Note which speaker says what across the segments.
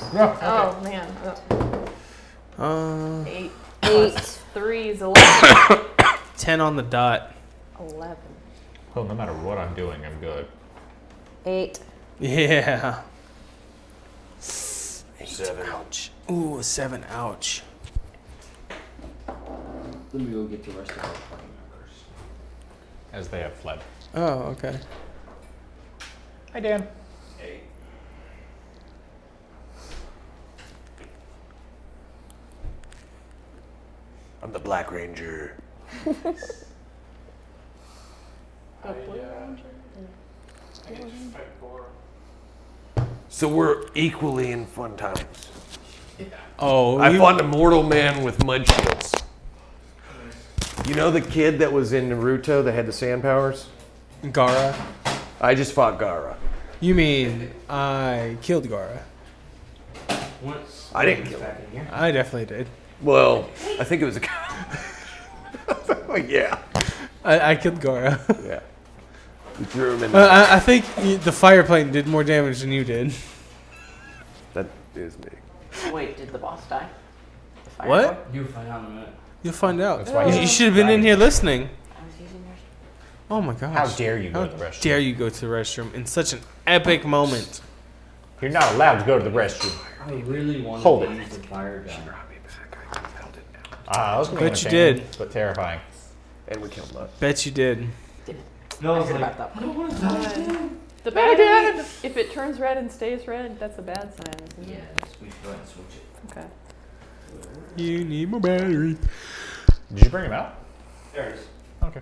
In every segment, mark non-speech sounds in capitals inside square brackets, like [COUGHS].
Speaker 1: Oh, man. Uh,
Speaker 2: Uh, [LAUGHS]
Speaker 1: Eight
Speaker 3: Eight.
Speaker 1: three is 11. [COUGHS]
Speaker 2: ten on the dot.
Speaker 1: 11.
Speaker 4: Well, no matter what I'm doing, I'm good.
Speaker 3: Eight.
Speaker 2: Yeah.
Speaker 5: Seven.
Speaker 2: Ouch. Ooh, a seven. Ouch.
Speaker 5: Let me go get the rest of our party members.
Speaker 4: As they have fled.
Speaker 2: Oh, okay.
Speaker 4: Hi, Dan.
Speaker 5: Eight. I'm the Black Ranger.
Speaker 1: The blue ranger?
Speaker 5: So we're equally in fun times.
Speaker 2: Oh,
Speaker 5: I
Speaker 2: we-
Speaker 5: fought an immortal man with mud shields. You know the kid that was in Naruto that had the sand powers?
Speaker 2: Gara.
Speaker 5: I just fought Gara.
Speaker 2: You mean I killed Gara?
Speaker 5: I didn't kill him.
Speaker 2: I definitely did.
Speaker 5: Well, I think it was a guy. [LAUGHS] Oh, yeah.
Speaker 2: I, I killed
Speaker 5: [LAUGHS]
Speaker 2: Gara.
Speaker 5: Yeah. We threw him in.
Speaker 2: Uh, I, I think y- the fire plane did more damage than you did.
Speaker 5: that is me.
Speaker 6: Wait, did the boss die? The fire boy?
Speaker 2: What?
Speaker 7: You find out in a
Speaker 8: [LAUGHS]
Speaker 7: minute.
Speaker 2: You'll find out.
Speaker 4: That's why
Speaker 2: you,
Speaker 4: you-
Speaker 2: you should have been in here listening.
Speaker 6: I was using yours.
Speaker 2: Oh my gosh.
Speaker 4: How dare you go
Speaker 2: How
Speaker 4: to the restroom?
Speaker 2: dare you go to the restroom in such an epic moment?
Speaker 4: You're not allowed to go to the restroom.
Speaker 7: I really wanted
Speaker 4: Hold
Speaker 7: to
Speaker 4: it.
Speaker 7: use the fire gun.
Speaker 4: Ah, I was going to
Speaker 2: Bet you
Speaker 4: But terrifying.
Speaker 5: And we killed Mud.
Speaker 2: Bet you did.
Speaker 7: No,
Speaker 6: I
Speaker 7: I was
Speaker 6: heard about
Speaker 7: like,
Speaker 6: that
Speaker 7: I
Speaker 6: one.
Speaker 7: don't want to die.
Speaker 1: The bad if it turns red and stays red, that's a bad sign, isn't
Speaker 7: Yeah,
Speaker 1: it?
Speaker 7: just- we go ahead and switch it.
Speaker 1: Okay.
Speaker 2: You need more battery.
Speaker 4: Did you bring him out?
Speaker 7: There it is.
Speaker 4: Okay.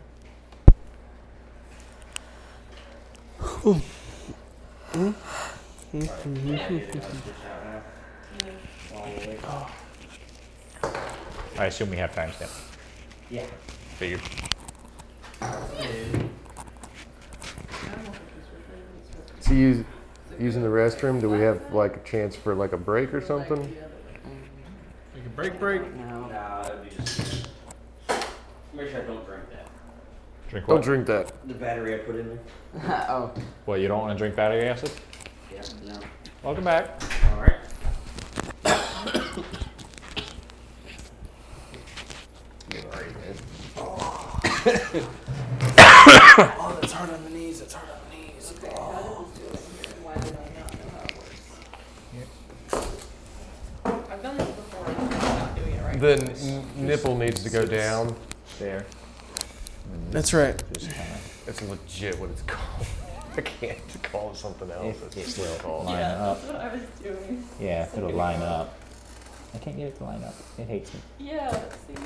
Speaker 4: I assume we have timestamp.
Speaker 7: Yeah.
Speaker 4: Figured.
Speaker 5: So you using the restroom? Do we have like a chance for like a break or something?
Speaker 2: Break, break.
Speaker 6: No.
Speaker 7: Nah, that'd be just. Make sure I don't drink that.
Speaker 4: Drink
Speaker 5: Don't
Speaker 4: what?
Speaker 5: drink that.
Speaker 7: The battery I put in there.
Speaker 6: oh.
Speaker 4: Well, you don't want to drink battery acid?
Speaker 7: Yeah. No.
Speaker 4: Welcome back.
Speaker 7: All right.
Speaker 2: Oh, that's hard on the knees. That's hard on the knees.
Speaker 6: I've done this before. I'm not doing it right.
Speaker 5: The n- nipple needs to go down.
Speaker 4: There.
Speaker 2: That's right.
Speaker 5: That's legit what it's called. [LAUGHS] I can't call it something else. It's
Speaker 4: It
Speaker 5: what it's
Speaker 4: will
Speaker 5: called.
Speaker 4: line up.
Speaker 1: That's what I was doing.
Speaker 4: Yeah, it'll line up. I can't get it to line up. It hates me.
Speaker 1: Yeah, see?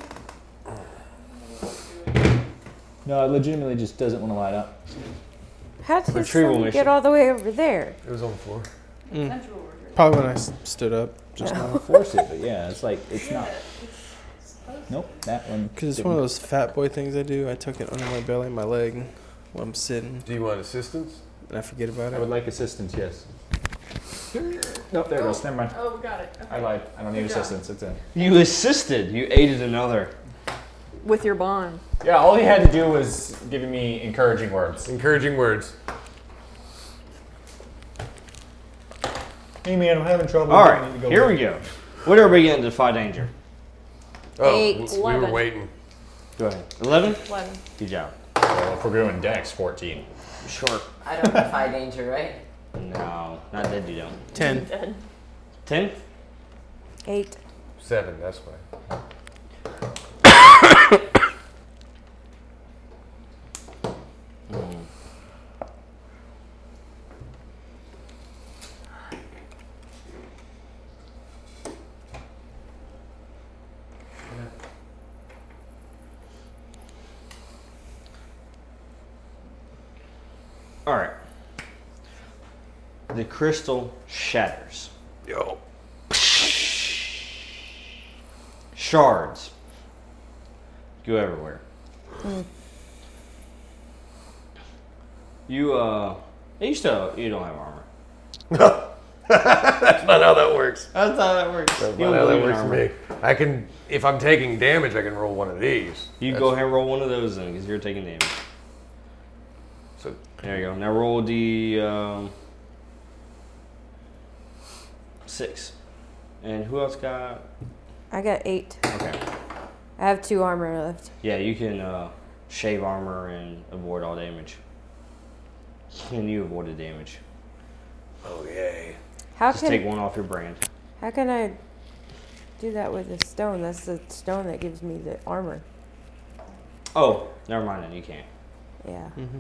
Speaker 4: No, it legitimately just doesn't want to line up.
Speaker 3: How did his
Speaker 4: Retrieval
Speaker 3: son
Speaker 4: mission.
Speaker 3: get all the way over there?
Speaker 5: It was on the floor.
Speaker 2: Mm.
Speaker 1: Central order.
Speaker 2: Probably when I s- stood up.
Speaker 4: [LAUGHS]
Speaker 2: Just
Speaker 4: I don't force it, but yeah, it's like it's not. Nope, that one.
Speaker 2: because it's
Speaker 4: didn't.
Speaker 2: one of those fat boy things I do. I tuck it under my belly, my leg, while I'm sitting,
Speaker 5: Do you want assistance?
Speaker 2: and I forget about
Speaker 4: I would
Speaker 2: it.
Speaker 4: like assistance, yes. Nope, there it goes. Never mind.
Speaker 1: Oh, got it. Okay.
Speaker 4: I lied. I don't need assistance. It's in.
Speaker 7: You assisted. You aided another.
Speaker 1: With your bond.
Speaker 4: Yeah, all he had to do was giving me encouraging words.
Speaker 5: Encouraging words.
Speaker 4: Hey man, I'm having trouble.
Speaker 7: All right. Here we go. What are we getting to fight danger?
Speaker 5: Oh,
Speaker 3: Eight.
Speaker 5: w- we
Speaker 1: Eleven.
Speaker 5: were waiting.
Speaker 7: Go ahead. Eleven.
Speaker 1: Eleven.
Speaker 7: Good job.
Speaker 4: Well, if we're doing Dex, 14.
Speaker 7: Sure.
Speaker 6: I don't defy danger, right?
Speaker 7: No, not that you don't.
Speaker 2: Ten.
Speaker 1: Dead.
Speaker 7: Ten.
Speaker 3: Eight.
Speaker 5: Seven. That's why.
Speaker 7: All right. The crystal shatters.
Speaker 5: Yo.
Speaker 7: Shards go everywhere. You uh, you still you don't have armor.
Speaker 5: That's not how that works.
Speaker 7: That's how that works.
Speaker 5: That's
Speaker 7: you
Speaker 5: not how that
Speaker 7: don't believe in
Speaker 5: works for me.
Speaker 7: armor.
Speaker 5: I can, if I'm taking damage, I can roll one of these.
Speaker 7: You
Speaker 5: That's-
Speaker 7: go ahead and roll one of those then, because you're taking damage.
Speaker 5: So
Speaker 7: There you go. Now roll the um, six. And who else got?
Speaker 3: I got eight.
Speaker 7: Okay.
Speaker 3: I have two armor left.
Speaker 7: Yeah, you can uh, shave armor and avoid all damage. Can you avoid the damage?
Speaker 5: Oh, yay.
Speaker 3: How
Speaker 7: Just take
Speaker 3: can
Speaker 7: one off your brand.
Speaker 3: how can I do that with a stone? That's the stone that gives me the armor.
Speaker 7: Oh, never mind then. You can't.
Speaker 3: Yeah.
Speaker 5: Hmm.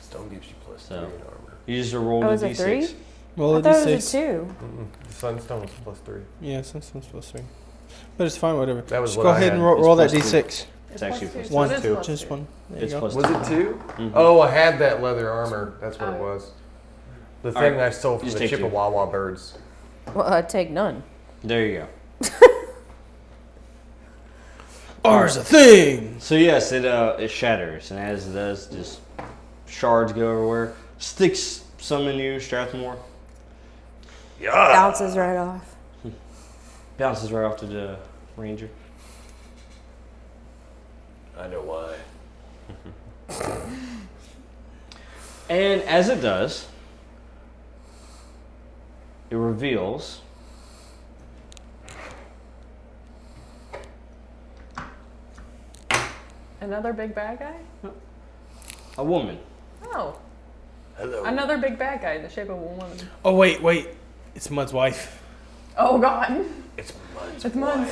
Speaker 5: Stone gives you plus
Speaker 7: So-
Speaker 5: three in armor.
Speaker 7: You just roll
Speaker 3: Oh,
Speaker 7: the
Speaker 3: is it
Speaker 7: d6.
Speaker 3: three?
Speaker 2: Well,
Speaker 3: I
Speaker 2: at
Speaker 3: thought
Speaker 2: least
Speaker 3: it was
Speaker 2: it's
Speaker 3: a two.
Speaker 5: The sunstone was plus three.
Speaker 2: yeah, since it's plus three, but it's fine. Whatever.
Speaker 5: That was
Speaker 2: Just
Speaker 5: what
Speaker 2: go
Speaker 5: I
Speaker 2: ahead
Speaker 5: had.
Speaker 2: and roll,
Speaker 7: It's
Speaker 2: roll that
Speaker 7: plus two.
Speaker 2: d6.
Speaker 7: It's actually plus
Speaker 1: plus two.
Speaker 2: One,
Speaker 1: so it is
Speaker 5: two.
Speaker 1: plus
Speaker 2: Just
Speaker 1: two.
Speaker 2: one. There you
Speaker 7: It's
Speaker 2: go.
Speaker 7: plus
Speaker 5: Was it two?
Speaker 7: Mhm.
Speaker 5: Oh, I had that leather armor. That's what it
Speaker 6: Oh.
Speaker 5: was. The
Speaker 7: All
Speaker 5: thing
Speaker 7: right.
Speaker 5: I stole from
Speaker 7: Just
Speaker 5: the
Speaker 7: take two.
Speaker 5: Chippewa birds.
Speaker 3: Well, I take none.
Speaker 7: There
Speaker 2: [LAUGHS]
Speaker 7: you go.
Speaker 2: R's a thing.
Speaker 7: So yes, it uh, it shatters, and as it does, just shards go everywhere. Sticks some in you, Strathmore.
Speaker 5: Yeah.
Speaker 3: Bounces right off.
Speaker 7: Hmm. Bounces right off to the ranger.
Speaker 5: I know why.
Speaker 7: And as it does, it reveals
Speaker 1: Another big bad guy?
Speaker 7: a woman.
Speaker 1: Oh,
Speaker 5: Hello.
Speaker 1: another big bad guy in the shape of a woman.
Speaker 2: Oh wait, wait. It's Mud's wife.
Speaker 1: Oh God,
Speaker 5: It's Mud's
Speaker 1: it's mine.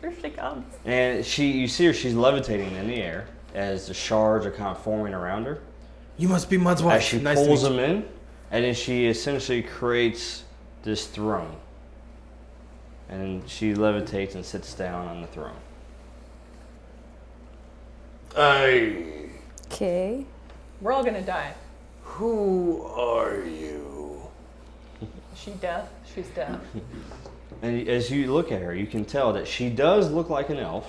Speaker 1: Here she comes.
Speaker 5: [LAUGHS]
Speaker 7: And she, you see her, she's levitating in the air as the shards are kind of forming around her.
Speaker 2: You must be Mud's
Speaker 7: As
Speaker 2: wife.
Speaker 7: she
Speaker 2: nice
Speaker 7: pulls
Speaker 2: to meet
Speaker 7: them in, and then she essentially creates this throne. And she levitates and sits down on the throne.
Speaker 5: I.
Speaker 3: Okay.
Speaker 1: We're all gonna die.
Speaker 5: Who are you?
Speaker 1: Is She death. She's death.
Speaker 7: And as you look at her, you can tell that she does look like an elf,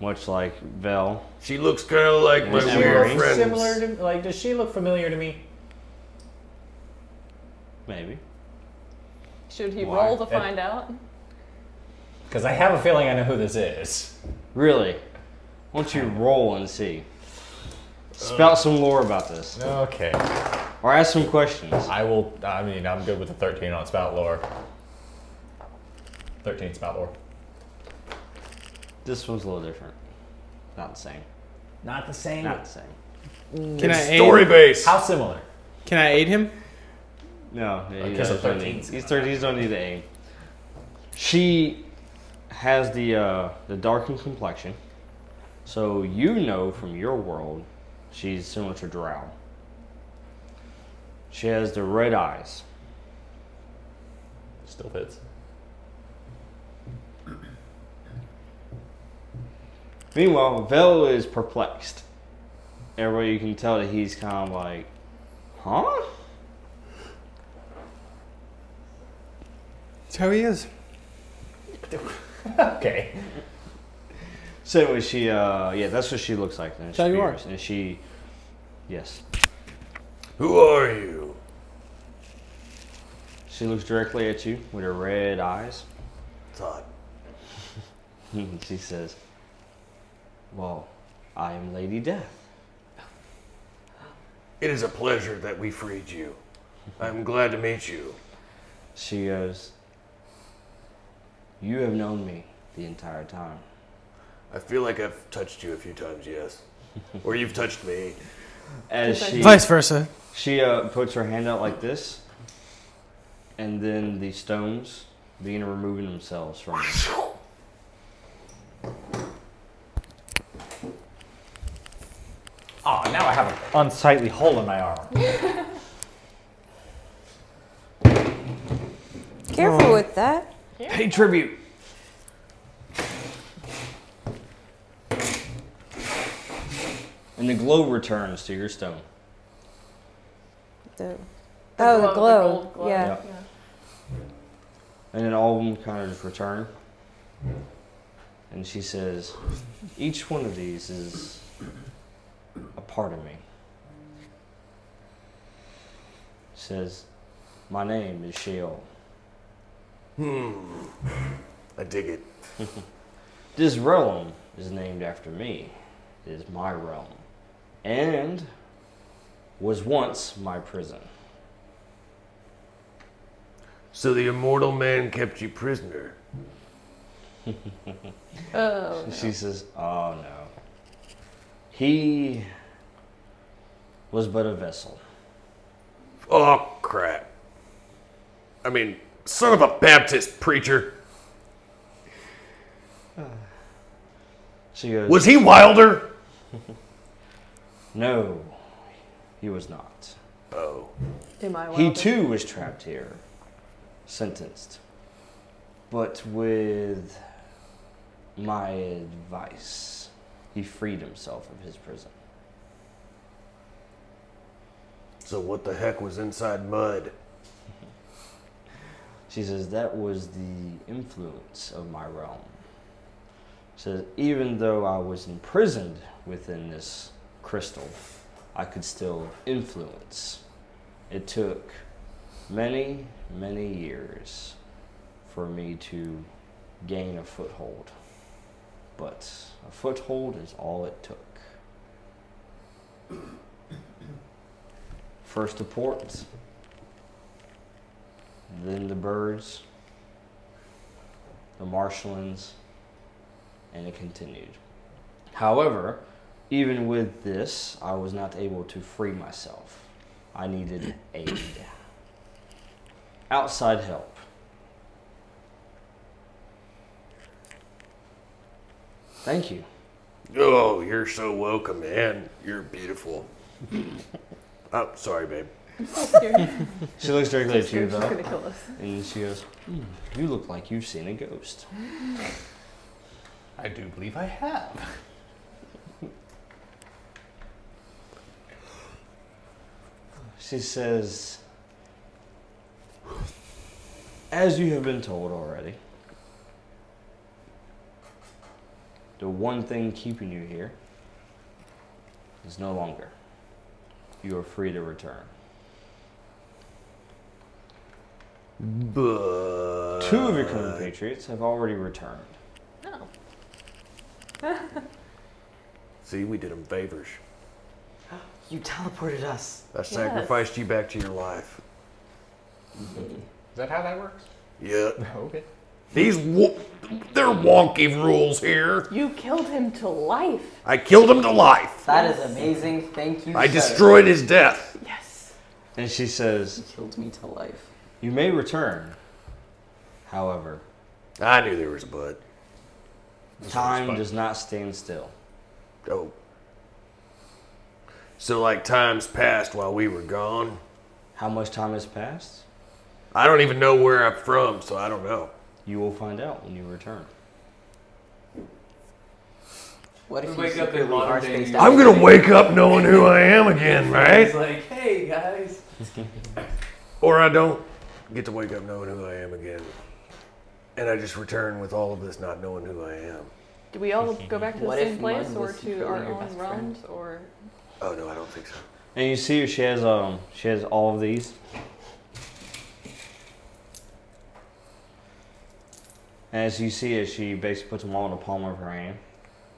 Speaker 7: much like Vel.
Speaker 5: She looks kind of like
Speaker 7: And
Speaker 5: my
Speaker 7: she
Speaker 4: Does she
Speaker 7: weird
Speaker 5: weird
Speaker 4: look
Speaker 5: friends.
Speaker 4: similar to like? Does she look familiar to me?
Speaker 7: Maybe.
Speaker 1: Should he
Speaker 4: Why?
Speaker 1: roll to
Speaker 4: It-
Speaker 1: find out?
Speaker 4: Because I have a feeling I know who this is.
Speaker 7: Really? Why don't you roll and see? Spout some lore about this.
Speaker 4: Okay,
Speaker 7: Or ask some questions.
Speaker 4: I will. I mean, I'm good with the 13 on spout lore. 13 spout lore.
Speaker 7: This one's a little different. Not the same.
Speaker 4: Not the same.
Speaker 7: Not the same.
Speaker 2: Can I aid?
Speaker 5: Story base.
Speaker 4: How similar?
Speaker 2: Can I aid him?
Speaker 7: No, yeah, he
Speaker 4: Okay, so
Speaker 7: doesn't need-
Speaker 4: 13's
Speaker 7: These thirteens don't need to aim. She has the uh, the darkened complexion, so you know from your world she's similar to Drow. She has the red eyes.
Speaker 4: Still fits.
Speaker 7: Meanwhile, Vel is perplexed. Everybody, you can tell that he's kind of like, huh?
Speaker 2: That's how he is.
Speaker 4: Okay.
Speaker 7: So anyway, she uh yeah, that's what she looks like then.
Speaker 2: So you are.
Speaker 7: Spears. And she yes.
Speaker 5: Who are you?
Speaker 7: She looks directly at you with her red eyes.
Speaker 5: Todd.
Speaker 7: [LAUGHS] she says, Well, I am Lady Death.
Speaker 5: It is a pleasure that we freed you. I'm glad to meet you.
Speaker 7: She goes, You have known me the entire time.
Speaker 5: I feel like I've touched you a few times,
Speaker 7: [LAUGHS]
Speaker 5: yes. Or you've touched me.
Speaker 7: As she
Speaker 2: Vice versa.
Speaker 7: She uh, puts her hand out like this, and then the stones begin removing themselves from
Speaker 5: [LAUGHS]
Speaker 7: her.
Speaker 4: Oh, now I have an unsightly hole in my arm.
Speaker 3: Careful with that.
Speaker 7: Pay tribute. And the glow returns to your stone.
Speaker 3: The,
Speaker 1: The
Speaker 3: oh, the
Speaker 1: glow- the
Speaker 3: glow.
Speaker 1: gold glow.
Speaker 3: Yeah.
Speaker 7: Yep. And then all of them kind of just return. And she says, Each one of these is a part of me. Says, My name is Sheol.
Speaker 5: Hmm. I dig it.
Speaker 7: [LAUGHS] This realm is named after me. It is my realm. And was once my prison.
Speaker 5: So the immortal man kept you prisoner.
Speaker 1: Oh.
Speaker 7: She says, Oh no. He was but a vessel.
Speaker 5: Oh, crap. I mean, son of a Baptist preacher.
Speaker 7: She goes,
Speaker 5: Was he Wilder?
Speaker 7: [LAUGHS] No, he was not.
Speaker 5: Oh.
Speaker 1: Am I
Speaker 7: He
Speaker 1: wild?
Speaker 7: too was trapped here, sentenced. But with my advice, he freed himself of his prison.
Speaker 5: So what the heck was inside mud?
Speaker 7: [LAUGHS] She says that was the influence of my realm. Says even though I was imprisoned within this crystal, I could still influence. It took many, many years for me to gain a foothold. But a foothold is all it took. First to port, then the birds, the marshlands, and it continued. However, even with this, I was not able to free myself. I needed
Speaker 4: [COUGHS]
Speaker 7: aid. Outside help. Thank
Speaker 1: [LAUGHS]
Speaker 7: you.
Speaker 5: Oh, you're so welcome, man. You're beautiful. oh, sorry, babe.
Speaker 1: I'm so scared.
Speaker 7: She looks
Speaker 1: I'm
Speaker 7: directly at you,
Speaker 1: so scared she's
Speaker 7: though,
Speaker 1: gonna kill us.
Speaker 7: and she goes, "Hmm, You look like you've seen a ghost.
Speaker 4: I do believe I have.
Speaker 7: She says, As you have been told already, the one thing keeping you here is no longer. You are free to return.
Speaker 5: But
Speaker 7: Two of your compatriots have already returned.
Speaker 1: No.
Speaker 5: See, we did him favors.
Speaker 8: You teleported us.
Speaker 5: I sacrificed you back to your life.
Speaker 4: Is that how that works?
Speaker 5: Yeah.
Speaker 4: Okay.
Speaker 5: These wo- they're wonky rules here.
Speaker 1: You killed him to life.
Speaker 5: I killed him to life.
Speaker 8: That is amazing. Thank you.
Speaker 5: I
Speaker 8: sir.
Speaker 5: destroyed his death.
Speaker 1: Yes.
Speaker 7: And she says,
Speaker 8: Killed me to life.
Speaker 7: You may return. However,
Speaker 5: I knew there was a but.
Speaker 7: time does not stand still.
Speaker 5: Oh. So like times passed while we were gone.
Speaker 7: How much time has passed?
Speaker 5: I don't even know where I'm from, so I don't know.
Speaker 7: You will find out when you return.
Speaker 8: What if
Speaker 9: We wake
Speaker 8: you
Speaker 9: up in
Speaker 8: secretly are
Speaker 9: modern day
Speaker 8: spaced
Speaker 9: New
Speaker 8: out?
Speaker 5: I'm gonna wake up knowing who I
Speaker 10: [LAUGHS]
Speaker 5: am again,
Speaker 9: He's
Speaker 5: right?
Speaker 9: like, hey guys.
Speaker 5: Or I don't get to wake up knowing who I am again. And I just return with all of this not knowing who I am.
Speaker 1: Do we all go back to the
Speaker 8: What
Speaker 1: same
Speaker 8: if
Speaker 1: place
Speaker 8: Martin
Speaker 1: or
Speaker 8: was
Speaker 1: to
Speaker 8: secretly
Speaker 1: our
Speaker 8: your
Speaker 1: own
Speaker 8: best friend?
Speaker 1: realms or [LAUGHS]
Speaker 5: Oh no, I don't think so.
Speaker 7: And you see her, she has um she has all of these. As you see it, she basically puts them all in the palm of her hand.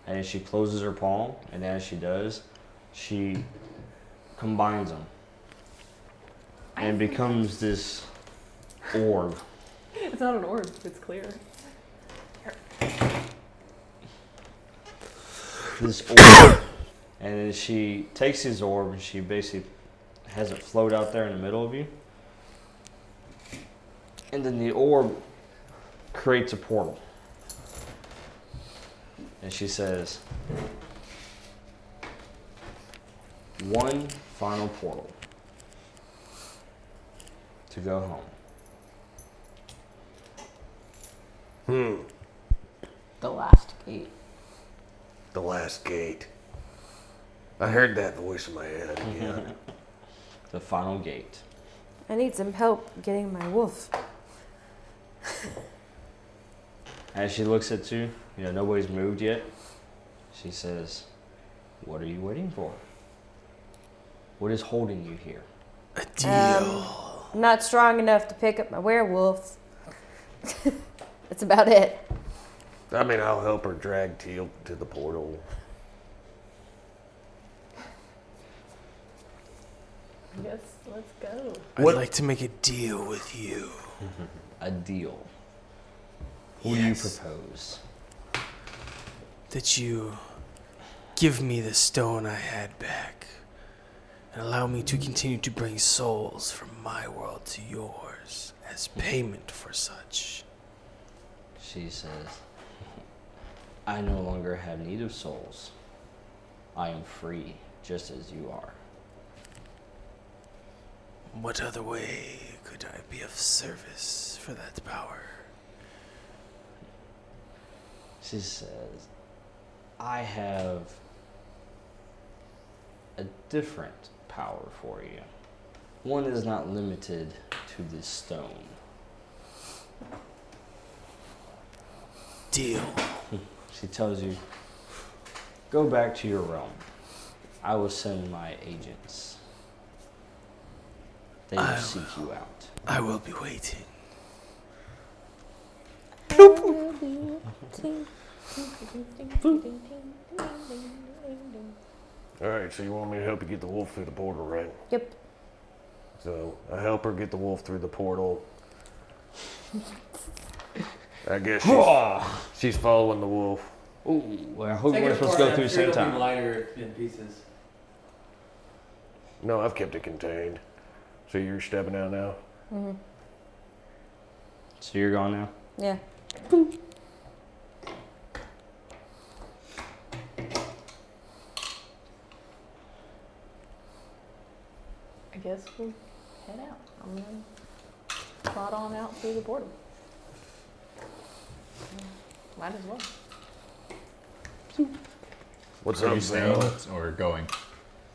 Speaker 7: And then she closes her palm, and as she does, she combines them. And becomes this orb.
Speaker 1: it's not an orb, it's clear.
Speaker 7: This orb. And then she takes this orb and she basically has it float out there in the middle of you. And then the orb creates a portal. And she says, One final portal to go home.
Speaker 5: Hmm.
Speaker 8: The last gate.
Speaker 5: The last gate. I heard that voice in my head again.
Speaker 7: [LAUGHS] The final gate.
Speaker 3: I need some help getting my wolf.
Speaker 7: As she looks at you, you know, nobody's moved yet. She says, What are you waiting for? What is holding you here?
Speaker 2: A
Speaker 3: Um, not strong enough to pick up my werewolf. [LAUGHS] That's about it.
Speaker 5: I mean, I'll help her drag Teal to the portal.
Speaker 1: Yes. Let's go.
Speaker 5: What-
Speaker 2: I'd like to make a deal with you.
Speaker 7: A deal. Who
Speaker 2: Yes.
Speaker 7: do you propose?
Speaker 2: That you give me the stone I had back and allow me to continue to bring souls from my world to yours as payment for such.
Speaker 7: She says, I no longer have need of souls. I am free, just as you are.
Speaker 2: What other way could I be of service for that power?
Speaker 7: She says, I have a different power for you. One that is not limited to this stone.
Speaker 2: Deal.
Speaker 7: [LAUGHS] She tells you, go back to your realm. I will send my agents. They will
Speaker 2: I
Speaker 7: seek you out.
Speaker 2: I will be waiting.
Speaker 7: [LAUGHS]
Speaker 5: All right, so you want me to help you get the wolf through the portal, right?
Speaker 3: Yep.
Speaker 5: So I help her get the wolf through the portal. I guess she's, she's following the wolf.
Speaker 7: Ooh, well, I hope
Speaker 9: Take
Speaker 7: we're
Speaker 9: it
Speaker 7: supposed to
Speaker 9: apart.
Speaker 7: go
Speaker 9: I'm
Speaker 7: through
Speaker 9: sure
Speaker 7: same
Speaker 9: it'll be
Speaker 7: time.
Speaker 9: Lighter in pieces.
Speaker 5: No, I've kept it contained. So you're stepping out now?
Speaker 3: Mm-hmm.
Speaker 7: So you're gone now?
Speaker 3: Yeah.
Speaker 1: I guess we'll head out. I'm gonna trot on out through the border. Might as well.
Speaker 5: [LAUGHS] What's
Speaker 4: Are
Speaker 5: up,
Speaker 4: you staying
Speaker 5: Bill?
Speaker 4: or going?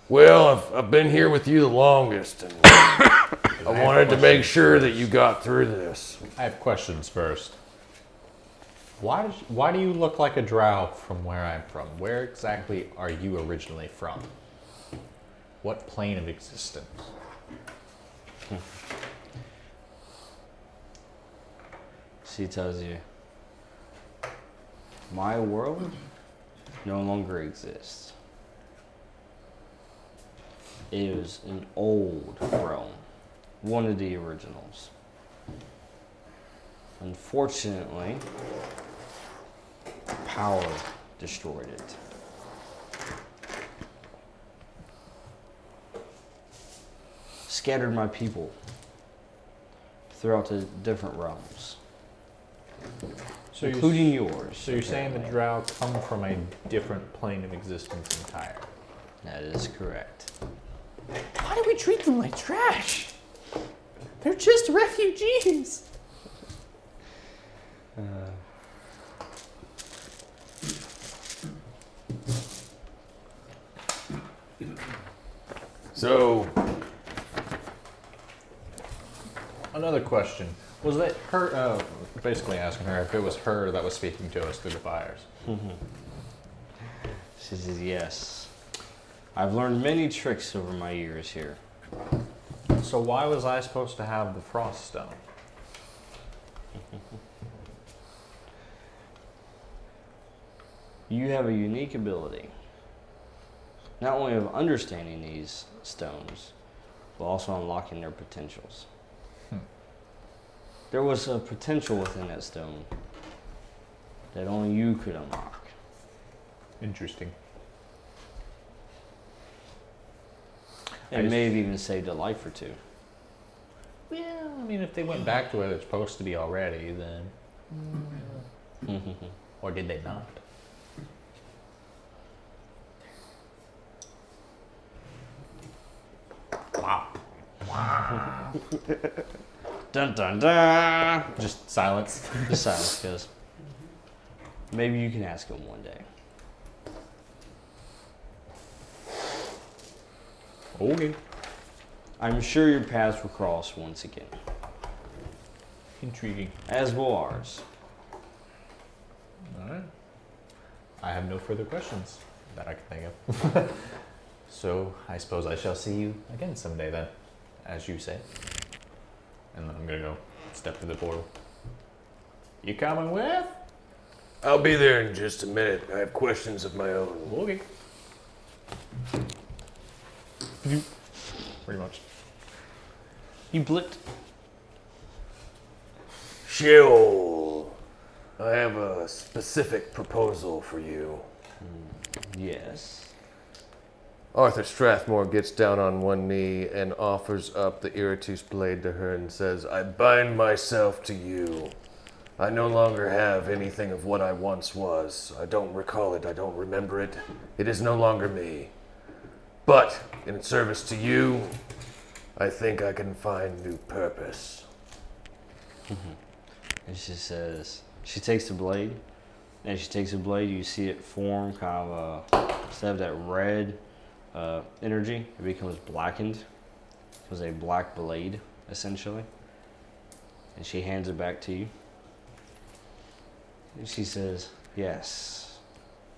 Speaker 5: Well, I've, I've been here with you the longest, and I wanted to make sure that you got through this.
Speaker 4: I have questions first. Why, does, why do you look like a drow from where I'm from? Where exactly are you originally from? What plane of existence?
Speaker 7: She tells you, My world no longer exists. It is an old realm, one of the originals. Unfortunately, power destroyed it. Scattered my people throughout the different realms
Speaker 4: So
Speaker 7: including yours.
Speaker 4: So you're saying the
Speaker 7: apparently.
Speaker 4: drow come from a different plane of existence entirely?
Speaker 7: That is correct.
Speaker 9: Why do we treat them like trash? They're just refugees.
Speaker 7: Uh,
Speaker 5: So,
Speaker 4: Another question. Was that her? Uh, basically asking her if it was her that was speaking to us through the fires.
Speaker 7: She says yes. I've learned many tricks over my years here.
Speaker 4: So why was I supposed to have the frost stone?
Speaker 7: [LAUGHS] You have a unique ability, not only of understanding these stones, but also unlocking their potentials.
Speaker 4: Hmm.
Speaker 7: There was a potential within that stone that only you could unlock.
Speaker 4: Interesting. I
Speaker 7: It
Speaker 4: just-
Speaker 7: may have even saved a life or two.
Speaker 4: Yeah, I mean, if they went back to where they're supposed to be already, then
Speaker 7: Mm-hmm.
Speaker 4: or did they not?
Speaker 7: [LAUGHS]
Speaker 8: Oh,
Speaker 7: dun dun dun!
Speaker 4: [LAUGHS] Just silence.
Speaker 7: The silence goes. Maybe you can ask him one day.
Speaker 4: Okay.
Speaker 7: I'm sure your paths will cross once again,
Speaker 4: Intriguing.
Speaker 7: as will ours.
Speaker 4: All right. I have no further questions that I can think of. [LAUGHS] so I suppose I shall see you again someday then, as you say. And then I'm gonna go step through the portal. You coming with?
Speaker 5: I'll be there in just a minute. I have questions of my own.
Speaker 4: Okay. Pretty much.
Speaker 2: You blipped.
Speaker 5: Sheol, I have a specific proposal for you.
Speaker 7: Yes.
Speaker 5: Arthur Strathmore gets down on one knee and offers up the Iratus blade to her and says, I bind myself to you. I no longer have anything of what I once was. I don't recall it. I don't remember it. It is no longer me. But in service to you, I think I can find new purpose.
Speaker 7: Mm-hmm. And she says, she takes the blade, and she takes the blade. You see it form kind of a, instead of that red uh, energy, it becomes blackened. It was a black blade, essentially. And she hands it back to you. And she says, Yes,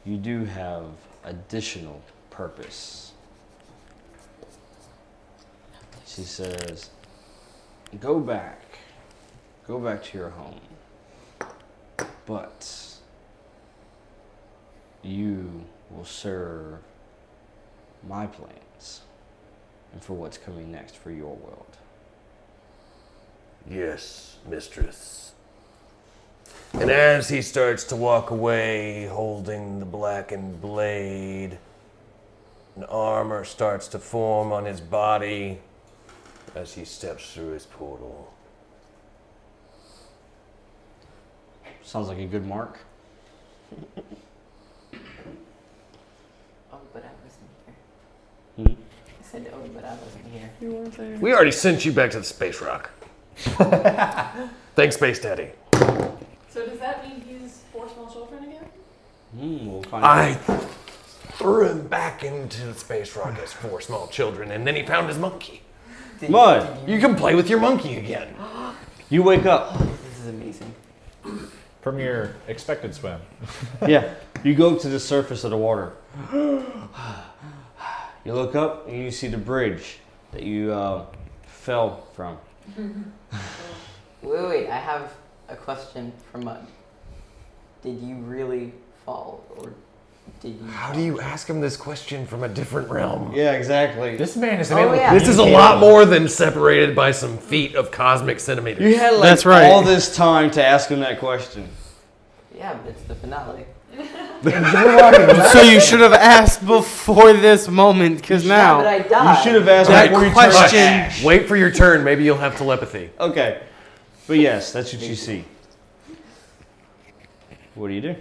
Speaker 7: you do have additional purpose. She says, Go back go back to your home. But you will serve my plans and for what's coming next for your world.
Speaker 5: Yes, mistress. And as he starts to walk away, holding the blackened blade, an armor starts to form on his body as he steps through his portal.
Speaker 7: Sounds like a good mark.
Speaker 8: Oh, but I wasn't here.
Speaker 7: Hmm?
Speaker 8: I said, oh, but I wasn't here.
Speaker 1: You weren't there.
Speaker 5: We already sent you back to the space
Speaker 7: [LAUGHS]
Speaker 5: rock. Thanks, Space Daddy.
Speaker 6: So does that mean he's four small children again?
Speaker 7: Hmm, we'll find
Speaker 5: I
Speaker 7: out.
Speaker 5: threw him back into the space rock as four small children, and then he found his monkey.
Speaker 8: Did-
Speaker 7: Mud,
Speaker 5: You can play with your monkey again.
Speaker 7: [GASPS] you wake up.
Speaker 8: This is amazing.
Speaker 4: From your expected swim.
Speaker 7: yeah, you go to the surface of the water. You look up and you see the bridge that you uh, fell from.
Speaker 8: Wait, [LAUGHS] wait, wait, I have a question for Mud. Did you really fall, or did you?
Speaker 5: How do you ask him this question from a different realm?
Speaker 7: Yeah, exactly.
Speaker 4: This man is
Speaker 8: Oh, able to yeah.
Speaker 5: This is a lot more than separated by some feet of cosmic centimeters.
Speaker 7: You had like
Speaker 2: That's right.
Speaker 7: all this time to ask him that question.
Speaker 8: Yeah, but it's the finale.
Speaker 2: [LAUGHS] so you should have asked before this moment, because
Speaker 8: yeah, but
Speaker 2: now
Speaker 8: I died.
Speaker 7: You should have asked
Speaker 2: that
Speaker 7: before you turned-
Speaker 2: question.
Speaker 5: Wait for your turn. Maybe you'll have telepathy.
Speaker 7: Okay, but yes, that's what you see. What do you do?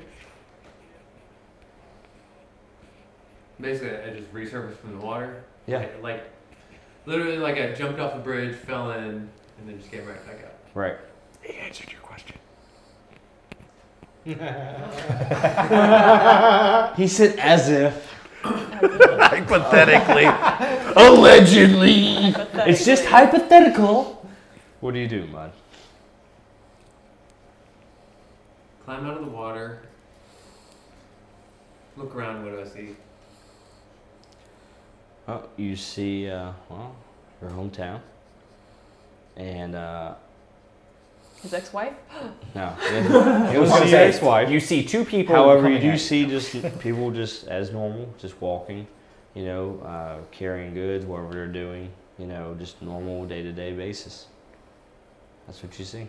Speaker 10: Basically, I just resurfaced from the water.
Speaker 7: Yeah.
Speaker 10: Like, like, literally, like I jumped off a bridge, fell in, and then just came right back up.
Speaker 7: Right.
Speaker 5: He answered your question.
Speaker 7: [LAUGHS] He said as
Speaker 1: [LAUGHS]
Speaker 7: if. [LAUGHS]
Speaker 5: Hypothetically. Allegedly.
Speaker 7: It's just hypothetical. What do you do, Mud?
Speaker 10: [LAUGHS] Climbed out of the water. Look around. What do I see?
Speaker 7: Oh, you see, uh, well, your hometown. And, uh,
Speaker 1: His ex-wife. [GASPS] [LAUGHS]
Speaker 7: no. [LAUGHS] It was your ex-wife.
Speaker 4: You see two people.
Speaker 7: However, you
Speaker 4: coming
Speaker 7: do
Speaker 4: at
Speaker 7: see just
Speaker 4: [LAUGHS]
Speaker 7: people just as normal, just walking, you know, uh, carrying goods, whatever they're doing, you know, just normal day to day basis. That's what you see.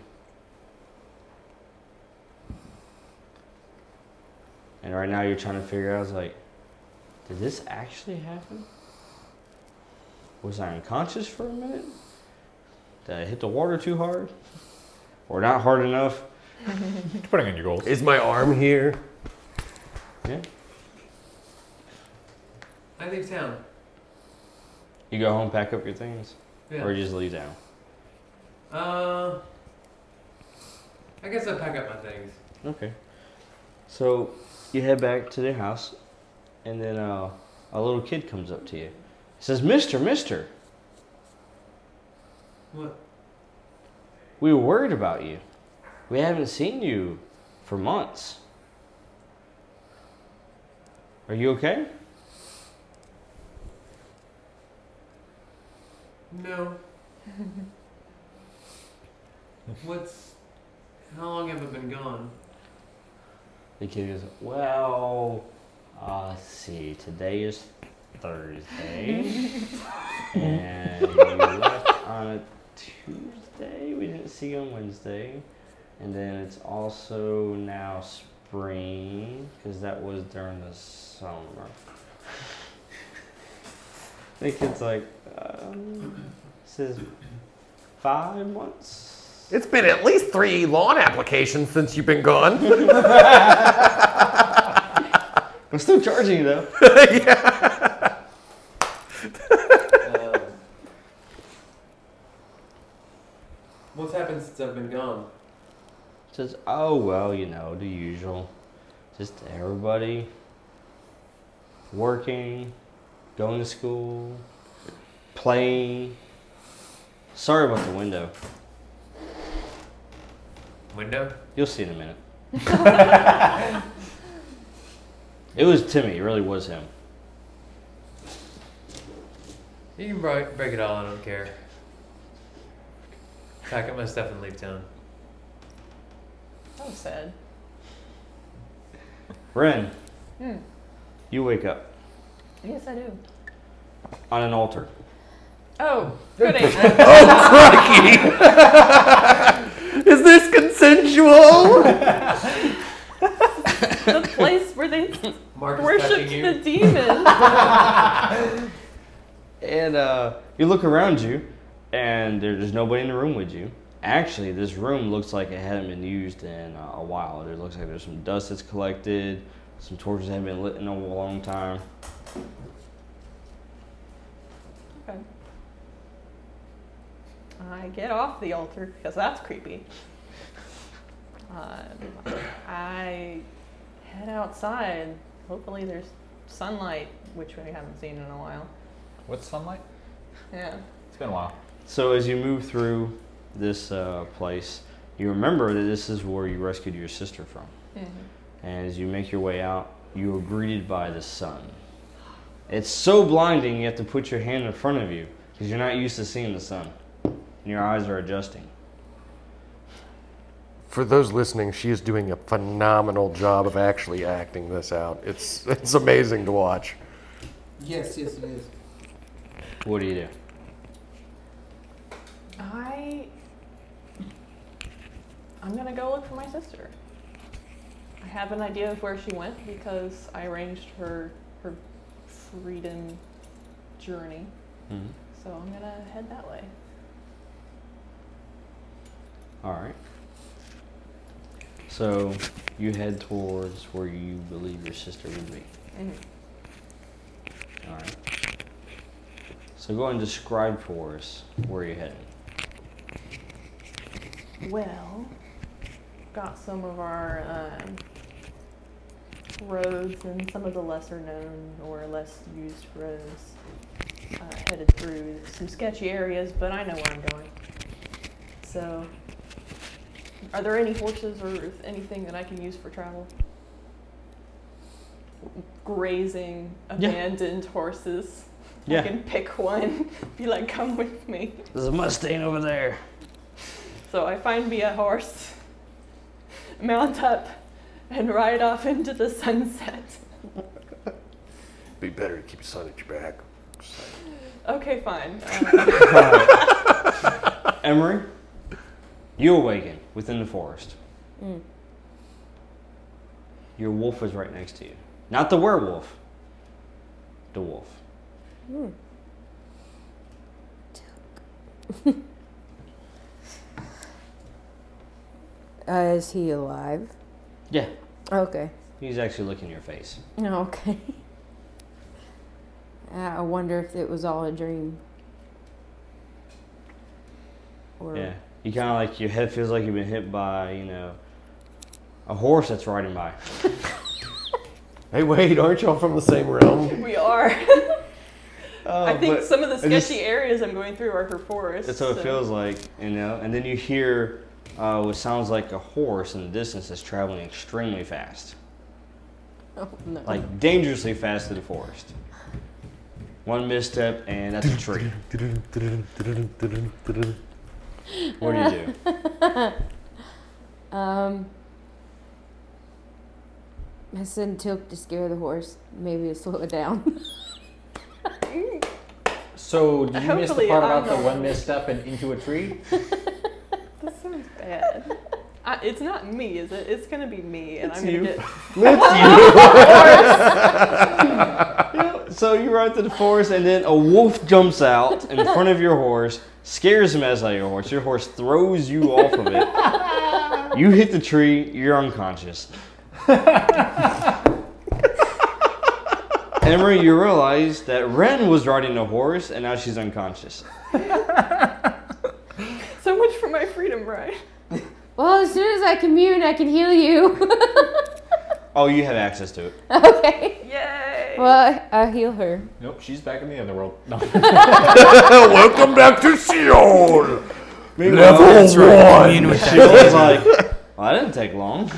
Speaker 7: And right now you're trying to figure out, like, did this actually happen? Was I unconscious for a minute? Did I hit the water too hard? Or not hard
Speaker 4: [LAUGHS]
Speaker 7: enough?
Speaker 4: you. Putting in your goals.
Speaker 5: Is my arm here?
Speaker 7: Yeah.
Speaker 10: I leave town.
Speaker 7: You go home, pack up your things,
Speaker 10: Yeah.
Speaker 7: or you just leave town.
Speaker 10: Uh, I guess I pack up my things.
Speaker 7: Okay. So you head back to their house, and then uh, a little kid comes up to you. He says, "Mister, Mister,
Speaker 10: What?
Speaker 7: [LAUGHS] we were worried about you. We haven't seen you for months. Are you okay?"
Speaker 10: [LAUGHS] No. What's? How long have I been gone?
Speaker 7: The kid goes, "Well, uh, let's see. Today is Thursday, and you left on a Tuesday. We didn't see you on Wednesday. And then it's also now spring, because that was during the summer. [LAUGHS] the kid's like, um, says five months?
Speaker 5: It's been at least three lawn applications since you've been gone.
Speaker 7: [LAUGHS] I'm still charging you though. Uh,
Speaker 10: What's happened since I've been gone?
Speaker 7: Says, oh, well, you know, the usual. Just everybody working, going to school, playing. Sorry about the window.
Speaker 10: Window?
Speaker 7: You'll see in a minute. it was Timmy. It really was him.
Speaker 10: You can break, break it all. I don't care. Pack up my stuff and leave town.
Speaker 1: That was sad.
Speaker 7: Ren,
Speaker 1: Hmm.
Speaker 7: you wake up
Speaker 1: Yes, I do.
Speaker 7: on an altar.
Speaker 1: Oh, goody.
Speaker 5: Oh, [LAUGHS] Is this consensual?
Speaker 1: the place where they
Speaker 10: Mark is
Speaker 1: worshipped
Speaker 10: touching you.
Speaker 1: the demon.
Speaker 10: [LAUGHS]
Speaker 1: [LAUGHS]
Speaker 7: And uh, you look around you, and there's nobody in the room with you. Actually, this room looks like it hadn't been used in uh, a while. It looks like there's some dust that's collected, some torches that haven't been lit in a long time.
Speaker 1: Okay. I get off the altar because that's creepy. Um, I head outside. Hopefully, there's sunlight, which we haven't seen in a while.
Speaker 4: What's sunlight?
Speaker 1: Yeah.
Speaker 4: It's been a while.
Speaker 7: So as you move through this uh, place, you remember that this is where you rescued your sister from. And as you make your way out, you are greeted by the sun. It's so blinding you have to put your hand in front of you because you're not used to seeing the sun. And your eyes are adjusting.
Speaker 5: For those listening, she is doing a phenomenal job of actually acting this out. It's it's amazing to watch.
Speaker 11: [LAUGHS] Yes, yes, it is.
Speaker 7: What do you do?
Speaker 1: I. I'm gonna go look for my sister. I have an idea of where she went because I arranged her her freedom journey.
Speaker 7: Mhm.
Speaker 1: So I'm gonna head that way.
Speaker 7: All right. So you head towards where you believe your sister would be. All right. So go and describe for us where you're heading.
Speaker 1: Well, got some of our um, roads and some of the lesser known or less used roads uh, headed through some sketchy areas, but I know where I'm going. So, are there any horses or anything that I can use for travel? Grazing
Speaker 7: Yeah.
Speaker 1: abandoned horses.
Speaker 7: Yeah.
Speaker 1: I can pick one. [LAUGHS] Be like, come with me.
Speaker 7: There's a Mustang over there.
Speaker 1: So I find me a horse, [LAUGHS] mount up, and ride off into the sunset.
Speaker 5: Be better to keep the sun at your back.
Speaker 1: Okay, fine. Um,
Speaker 7: [LAUGHS] Emery, you awaken within the forest.
Speaker 3: Mm.
Speaker 7: Your wolf is right next to you. Not the werewolf, the wolf.
Speaker 10: [GASPS]
Speaker 3: Mm. [GASPS] uh, is he alive?
Speaker 7: Yeah.
Speaker 3: Okay. [LAUGHS]
Speaker 7: He's actually looking in your face.
Speaker 3: Okay. Uh, I wonder if it was all a dream. Or
Speaker 7: Yeah. You kind of like, your head feels like you've been hit by, you know, a horse that's riding by.
Speaker 5: [LAUGHS] Hey, wait, aren't y'all from the same realm?
Speaker 1: we are. [LAUGHS] I think
Speaker 7: Oh, but
Speaker 1: some of the
Speaker 7: it
Speaker 1: sketchy uh,
Speaker 7: just-
Speaker 1: areas I'm going through are her forest.
Speaker 7: That's what it feels like, you know. And then you hear uh, what sounds like a horse in the distance that's traveling extremely fast,
Speaker 1: Oh, no.
Speaker 7: like dangerously fast through the forest. One misstep, and that's a
Speaker 1: [LAUGHS]
Speaker 7: tree. What do you do?
Speaker 3: [LAUGHS] um, I [LAUGHS] send Tilk to scare the horse, maybe to slow it down.
Speaker 4: So did you miss the
Speaker 1: Hopefully
Speaker 4: part
Speaker 1: I'm
Speaker 4: about the
Speaker 1: not-
Speaker 4: one misstep and into a tree?
Speaker 1: This sounds bad. [LAUGHS] I, it's not me, is it? It's gonna be me, and
Speaker 4: It's
Speaker 1: I'm gonna
Speaker 4: you.
Speaker 1: get.
Speaker 7: [LAUGHS]
Speaker 4: It's you.
Speaker 5: [LAUGHS]
Speaker 7: [LAUGHS]
Speaker 1: [LAUGHS] Of course.
Speaker 7: So you ride through the forest, and then a wolf jumps out in front of your horse, scares the mess out of your horse. Your horse throws you off of it. You hit the tree, you're unconscious. Emery, you realize that Ren was riding the horse, and now she's unconscious.
Speaker 1: so much for my freedom ride.
Speaker 12: Well, as soon as I commune, I can heal you.
Speaker 3: [LAUGHS]
Speaker 7: Oh, you have access to it.
Speaker 12: okay.
Speaker 1: Yay.
Speaker 12: Well, I- I'll heal her.
Speaker 4: Nope, she's back in the other [LAUGHS] world. No.
Speaker 5: [LAUGHS]
Speaker 4: Oh,
Speaker 5: Welcome back to Sheol. Level
Speaker 7: That's
Speaker 5: one.
Speaker 7: Commune with she was like, well, that didn't take long.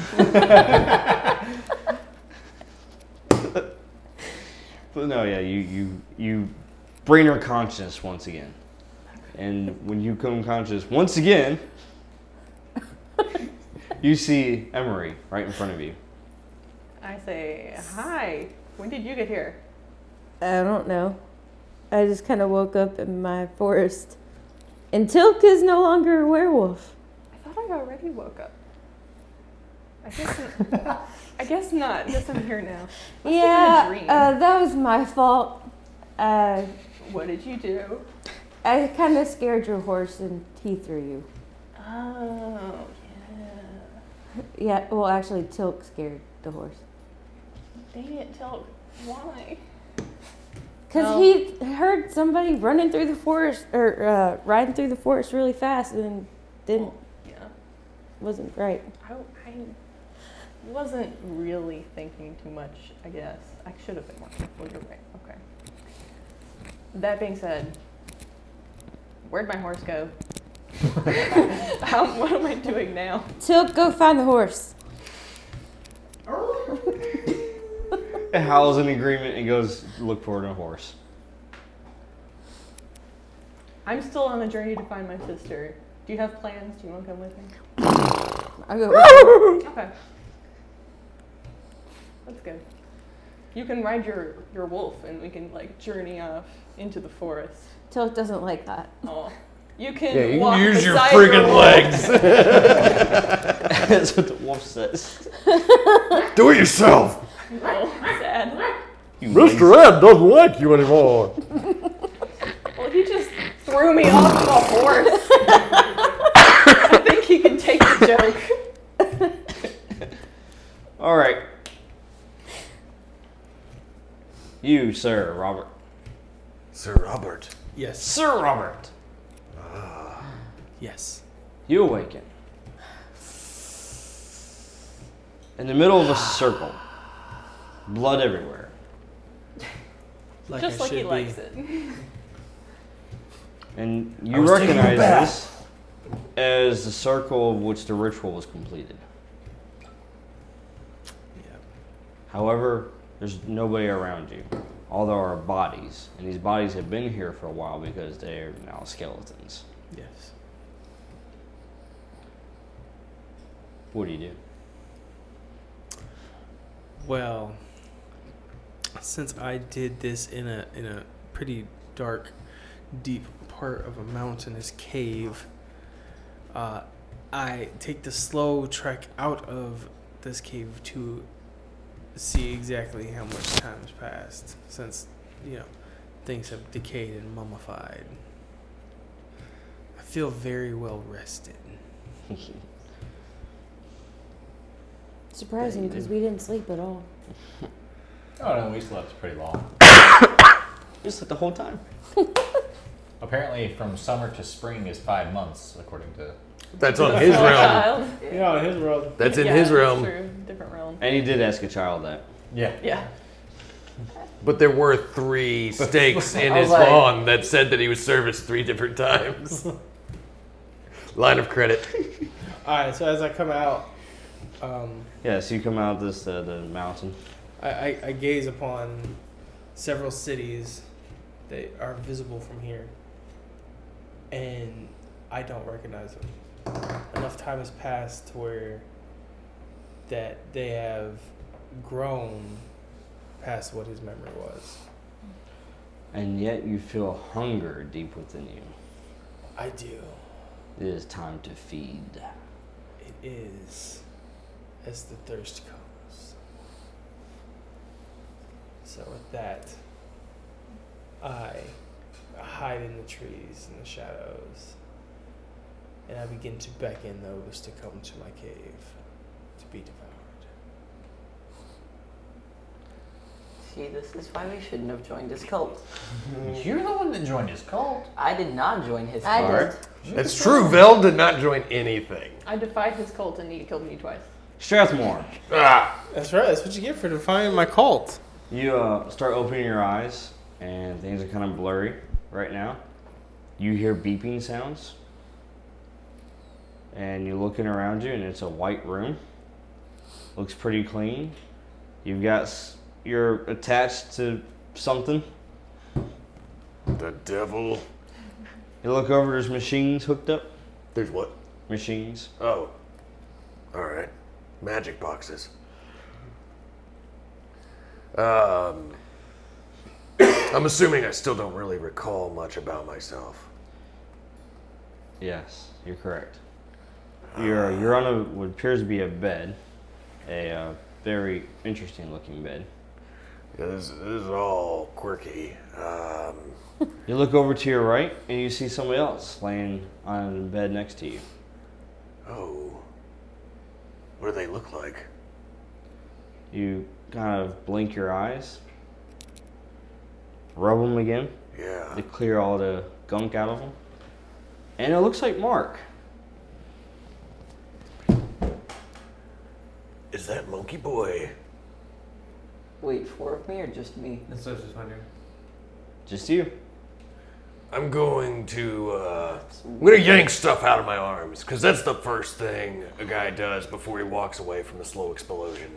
Speaker 7: but no, yeah, you you you bring her conscious once again, and when you come conscious once again, you see Emery right in front of you.
Speaker 1: I say hi. When did you get here?
Speaker 3: I don't know. I just kind of woke up in my forest. And Tilka's no longer a werewolf.
Speaker 1: I thought I already woke up. I guess. n- [LAUGHS] I guess not. Guess I'm here now. Must've been a
Speaker 12: yeah,
Speaker 1: dream.
Speaker 12: uh, that was my fault. Uh,
Speaker 1: what did you do?
Speaker 12: I kind of scared your horse and he threw you.
Speaker 1: Oh yeah.
Speaker 12: Yeah, well, actually, Tilk scared the horse.
Speaker 1: Dang it, Tilk. Why?
Speaker 12: Because
Speaker 8: Oh.
Speaker 12: he heard somebody running through the forest or uh, riding through the forest really fast and didn't.
Speaker 1: yeah.
Speaker 12: Wasn't great.
Speaker 1: I, I wasn't really thinking too much, I guess. I should have been more careful. You're right. Okay. That being said, where'd my horse go? [LAUGHS] How, what am I doing now?
Speaker 12: Tilk, go find the horse.
Speaker 7: It howls in agreement and goes look for a horse.
Speaker 1: I'm still on a journey to find my sister. Do you have plans? Do you want to come
Speaker 12: [LAUGHS]
Speaker 1: with me?
Speaker 3: I go, "Whoa."
Speaker 1: Okay. Let's go. You can ride your, your wolf and we can like journey off into the forest.
Speaker 12: Tilk doesn't like that.
Speaker 1: [LAUGHS] Oh. You can
Speaker 5: Yeah, you can
Speaker 1: walk
Speaker 5: use your
Speaker 1: beside
Speaker 5: friggin'
Speaker 1: wolf.
Speaker 5: legs.
Speaker 7: [LAUGHS]
Speaker 1: [LAUGHS]
Speaker 7: That's what the wolf says.
Speaker 5: [LAUGHS] Do it
Speaker 1: [LAUGHS]
Speaker 5: yourself.
Speaker 1: Oh, sad.
Speaker 5: Mr. Ed doesn't like you anymore.
Speaker 1: Well, he just threw me off of a horse. I think he can take the joke.
Speaker 7: All right. You, sir, Robert.
Speaker 5: Sir Robert.
Speaker 2: Yes.
Speaker 7: Sir Robert. Ah.
Speaker 2: Yes.
Speaker 7: You awaken. In the middle of a circle. Blood everywhere.
Speaker 2: Like
Speaker 1: just
Speaker 2: I
Speaker 1: like he
Speaker 2: should be.
Speaker 1: likes it. [LAUGHS]
Speaker 7: And
Speaker 2: I
Speaker 7: you
Speaker 2: was taking a
Speaker 7: recognize this
Speaker 2: bath.
Speaker 7: as the circle of which the ritual was completed. However, there's nobody around you. All there are bodies, and these bodies have been here for a while because they're now skeletons.
Speaker 2: Yes.
Speaker 7: What do you do?
Speaker 2: Well, since I did this in a in a pretty dark, deep part of a mountainous cave, uh, I take the slow trek out of this cave to see exactly how much time has passed since you know things have decayed and mummified. I feel very well rested.
Speaker 12: Surprising because we didn't sleep at
Speaker 7: [COUGHS]
Speaker 12: all.
Speaker 4: Oh no, we slept pretty long.
Speaker 7: You slept the whole time.
Speaker 4: Apparently, from summer to spring is five months, according to.
Speaker 5: That's on his
Speaker 4: [LAUGHS]
Speaker 1: [LAUGHS]
Speaker 5: realm.
Speaker 4: Yeah, his realm.
Speaker 5: That's in
Speaker 1: Yeah,
Speaker 5: his
Speaker 1: that's
Speaker 5: realm.
Speaker 1: True. Different realm.
Speaker 7: And he did ask a child that.
Speaker 4: Yeah.
Speaker 1: Yeah.
Speaker 5: But there were three
Speaker 7: [LAUGHS]
Speaker 5: stakes in
Speaker 7: Oh
Speaker 8: I was
Speaker 5: his
Speaker 8: like-
Speaker 5: lawn that said that he was serviced three different times. Line of credit.
Speaker 2: All right, so as I come out, um,
Speaker 7: Yeah, so you come out of this uh, the mountain.
Speaker 2: I, I, I gaze upon several cities that are visible from here, and I don't recognize them. Enough time has passed to where that they have grown past what his memory was.
Speaker 7: and yet you feel hunger deep within you.
Speaker 2: I do.
Speaker 7: It is time to feed.
Speaker 2: It is as the thirst comes. So with that, I hide in the trees and the shadows, and I begin to beckon those to come to my cave to be devoured.
Speaker 8: See, this is why we shouldn't have joined
Speaker 5: [LAUGHS]
Speaker 8: his cult.
Speaker 4: You're the one that joined his cult.
Speaker 8: I did not join his
Speaker 1: I
Speaker 8: cult.
Speaker 1: did.
Speaker 5: It's true, Vel did not join anything.
Speaker 1: I defied his cult and he killed me twice.
Speaker 7: Strathmore.
Speaker 5: Ah.
Speaker 2: That's right. That's what you get for defying my cult.
Speaker 7: You uh, start opening your eyes, and things are kind of blurry right now. You hear beeping sounds, and you're looking around you, and it's a white room. Looks pretty clean. You've got s- you're attached to something.
Speaker 5: The devil.
Speaker 7: You look over. There's machines hooked up.
Speaker 5: There's what?
Speaker 7: Machines.
Speaker 5: Oh. Alright. Magic boxes. Um. I'm assuming I still don't really recall much about myself.
Speaker 7: Yes, you're correct. You're you're on a what appears to be a bed, a uh, very interesting looking bed.
Speaker 5: Yeah, this, this is all quirky. Um,
Speaker 7: [LAUGHS] You look over to your right and you see somebody else laying on a bed next to you.
Speaker 5: Oh. What do they look like?
Speaker 7: You kind of blink your eyes, rub them again.
Speaker 5: Yeah.
Speaker 7: To clear all the gunk out of them. And it looks like Mark.
Speaker 5: Is that Monkey Boy?
Speaker 8: Wait, four of me or just me?
Speaker 10: That's what I was just wondering.
Speaker 7: Just you.
Speaker 5: I'm going to. Uh, I'm gonna yank stuff out of my arms, because that's the first thing a guy does before he walks away from a slow explosion.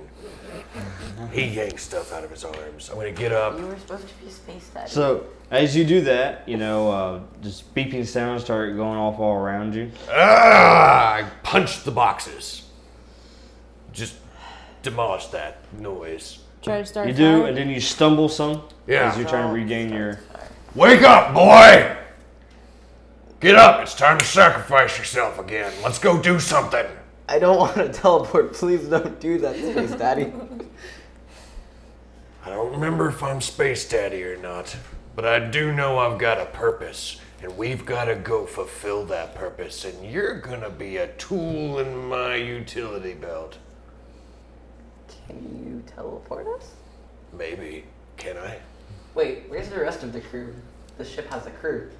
Speaker 5: he yanks stuff out of his arms. I'm gonna get up.
Speaker 8: You were supposed to be space daddy.
Speaker 7: So as you do that, you know, uh, just beeping sounds start going off all around you.
Speaker 5: Ah! I punched the boxes. Just demolish that noise.
Speaker 12: Try to start.
Speaker 7: You
Speaker 12: a
Speaker 7: do,
Speaker 12: fire.
Speaker 7: and then you stumble some.
Speaker 5: Yeah.
Speaker 7: As you're trying to regain your.
Speaker 5: Wake up, boy! Get up! It's time to sacrifice yourself again. Let's go do something.
Speaker 8: I don't want to teleport. Please don't do that, space daddy.
Speaker 5: I don't remember if I'm Space Daddy or not, but I do know I've got a purpose, and we've got to go fulfill that purpose, and you're gonna be a tool in my utility belt.
Speaker 8: Can you teleport us?
Speaker 5: Maybe. Can I?
Speaker 8: Wait, where's the rest of the crew? The ship has a crew.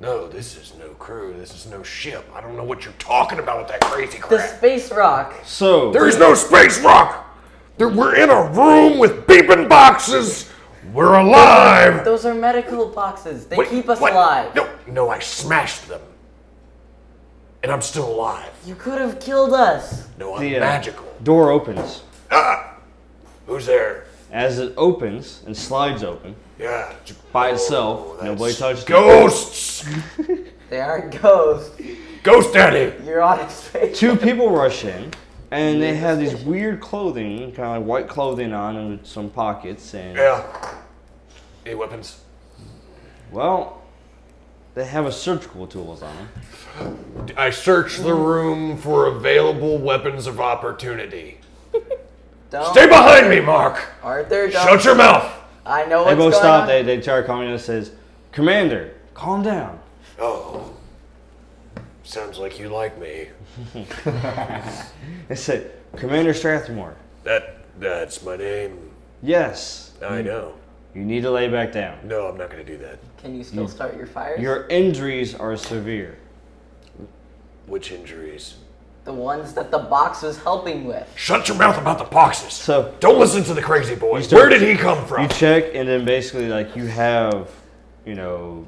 Speaker 5: No, this is no crew. This is no ship. I don't know what you're talking about with that crazy
Speaker 8: The
Speaker 5: crap.
Speaker 8: space rock.
Speaker 7: So.
Speaker 5: There's no space rock! There, we're in a room with beeping boxes! We're alive!
Speaker 8: Those are medical boxes. They
Speaker 5: Wait,
Speaker 8: keep us
Speaker 5: what?
Speaker 8: alive.
Speaker 5: No, no, I smashed them. And I'm still alive.
Speaker 8: You could have killed us.
Speaker 5: No, I'm
Speaker 7: The uh,
Speaker 5: magical.
Speaker 7: door opens.
Speaker 5: Who's there?
Speaker 7: As it opens and slides open
Speaker 5: Yeah.
Speaker 7: by itself, nobody touches it.
Speaker 5: Ghosts!
Speaker 8: They are ghosts.
Speaker 5: Ghost Daddy!
Speaker 8: You're on his face.
Speaker 7: Two people rush in, and they have these weird clothing, kind of like white clothing on, and with some pockets, and
Speaker 5: Yeah. Any weapons?
Speaker 7: well, they have a surgical tools on them.
Speaker 5: I search the room for available weapons of opportunity.
Speaker 8: Don't-
Speaker 5: Stay behind me, Mark!
Speaker 8: Arthur, don't.
Speaker 5: Shut your mouth!
Speaker 8: I know
Speaker 7: They
Speaker 8: what's
Speaker 7: both
Speaker 8: going
Speaker 7: stop.
Speaker 8: on.
Speaker 7: They they start calming us. Says,
Speaker 8: [LAUGHS]
Speaker 7: Commander, calm down.
Speaker 5: Oh. Sounds like you like me.
Speaker 7: They said, Commander Strathmore,
Speaker 5: That that's my name.
Speaker 7: yes,
Speaker 5: I know.
Speaker 7: you need to lay back down.
Speaker 5: No, I'm not gonna do that.
Speaker 8: Can you still start your fires?
Speaker 7: Your injuries are severe.
Speaker 5: Which injuries?
Speaker 8: the ones that the box was helping with.
Speaker 5: Shut your mouth about the boxes.
Speaker 7: So
Speaker 5: Don't listen to the crazy boy.
Speaker 7: You start-
Speaker 5: Where did he come from?
Speaker 7: you check, and then basically like you have, you know,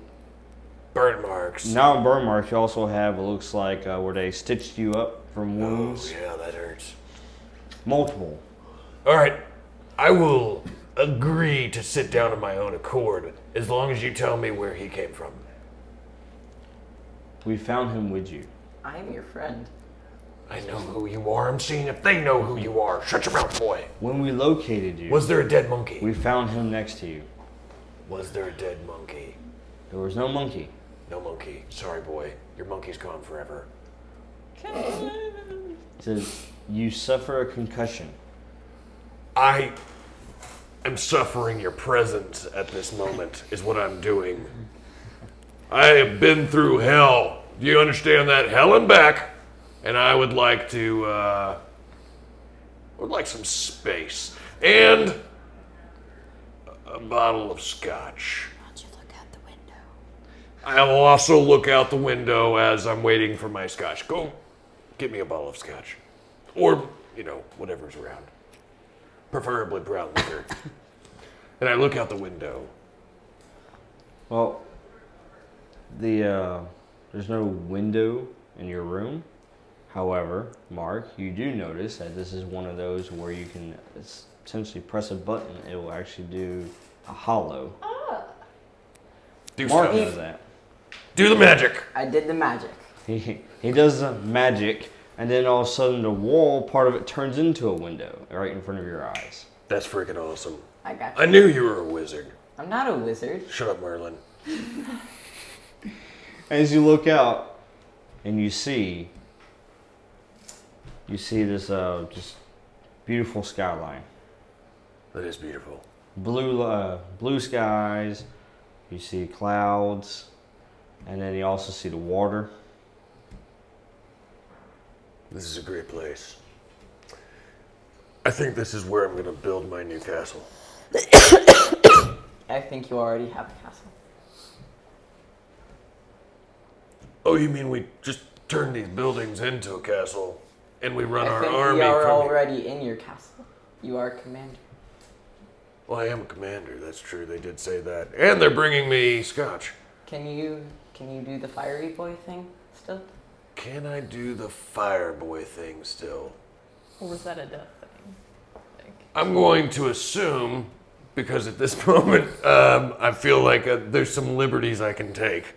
Speaker 5: Burn marks.
Speaker 7: Now in burn marks, you also have what looks like uh, where they stitched you up from
Speaker 5: Oh,
Speaker 7: wounds,
Speaker 5: yeah, that hurts.
Speaker 7: multiple.
Speaker 5: All right, I will agree to sit down of my own accord as long as you tell me where he came from.
Speaker 7: We found him with you.
Speaker 8: I am your friend.
Speaker 5: I know who you are. I'm seeing if they know who you are. Shut your mouth, boy.
Speaker 7: When we located you,
Speaker 5: Was there a dead monkey?
Speaker 7: we found him next to you.
Speaker 5: Was there a dead monkey?
Speaker 7: There was no monkey.
Speaker 5: No monkey. Sorry, boy. Your monkey's gone forever.
Speaker 7: It says, You suffer a concussion.
Speaker 5: I am suffering your presence at this moment, is what I'm doing. I have been through hell. Do you understand that? Hell and back. And I would like to, uh, I would like some space. And a bottle of scotch. I will also look out the window as I'm waiting for my scotch. Go get me a bottle of scotch. Or, you know, whatever's around. Preferably brown liquor. and I look out the window.
Speaker 7: Well, the uh, there's no window in your room. However, Mark, you do notice that this is one of those where you can es- essentially press a button. It will actually do a hollow.
Speaker 5: Do
Speaker 7: Mark
Speaker 5: stuff.
Speaker 7: knows that.
Speaker 5: Do the magic.
Speaker 8: I did the magic.
Speaker 7: He, he does the magic, and then all of a sudden the wall part of it turns into a window right in front of your eyes.
Speaker 5: That's freaking awesome.
Speaker 8: I got you.
Speaker 5: I knew you were a wizard.
Speaker 8: I'm not a wizard.
Speaker 5: Shut up, Merlin.
Speaker 7: As you look out and you see, you see this uh, just beautiful skyline.
Speaker 5: That is beautiful.
Speaker 7: Blue, uh, blue skies. You see clouds, and then you also see the water.
Speaker 5: This is a great place. I think this is where I'm going to build my new castle.
Speaker 8: [COUGHS] I think you already have a castle.
Speaker 5: Oh, you mean we just turn these buildings into a castle and we run
Speaker 8: I
Speaker 5: our
Speaker 8: think
Speaker 5: army
Speaker 8: you are
Speaker 5: from
Speaker 8: already in your castle. You are commander.
Speaker 5: Well, I am a commander. That's true. They did say that. And they're bringing me scotch.
Speaker 8: Can you can you do the fiery boy thing still?
Speaker 5: Can I do the fire boy thing still?
Speaker 1: Or was that a death thing?
Speaker 5: I'm going to assume, because at this [LAUGHS] moment um, I feel like uh, there's some liberties I can take.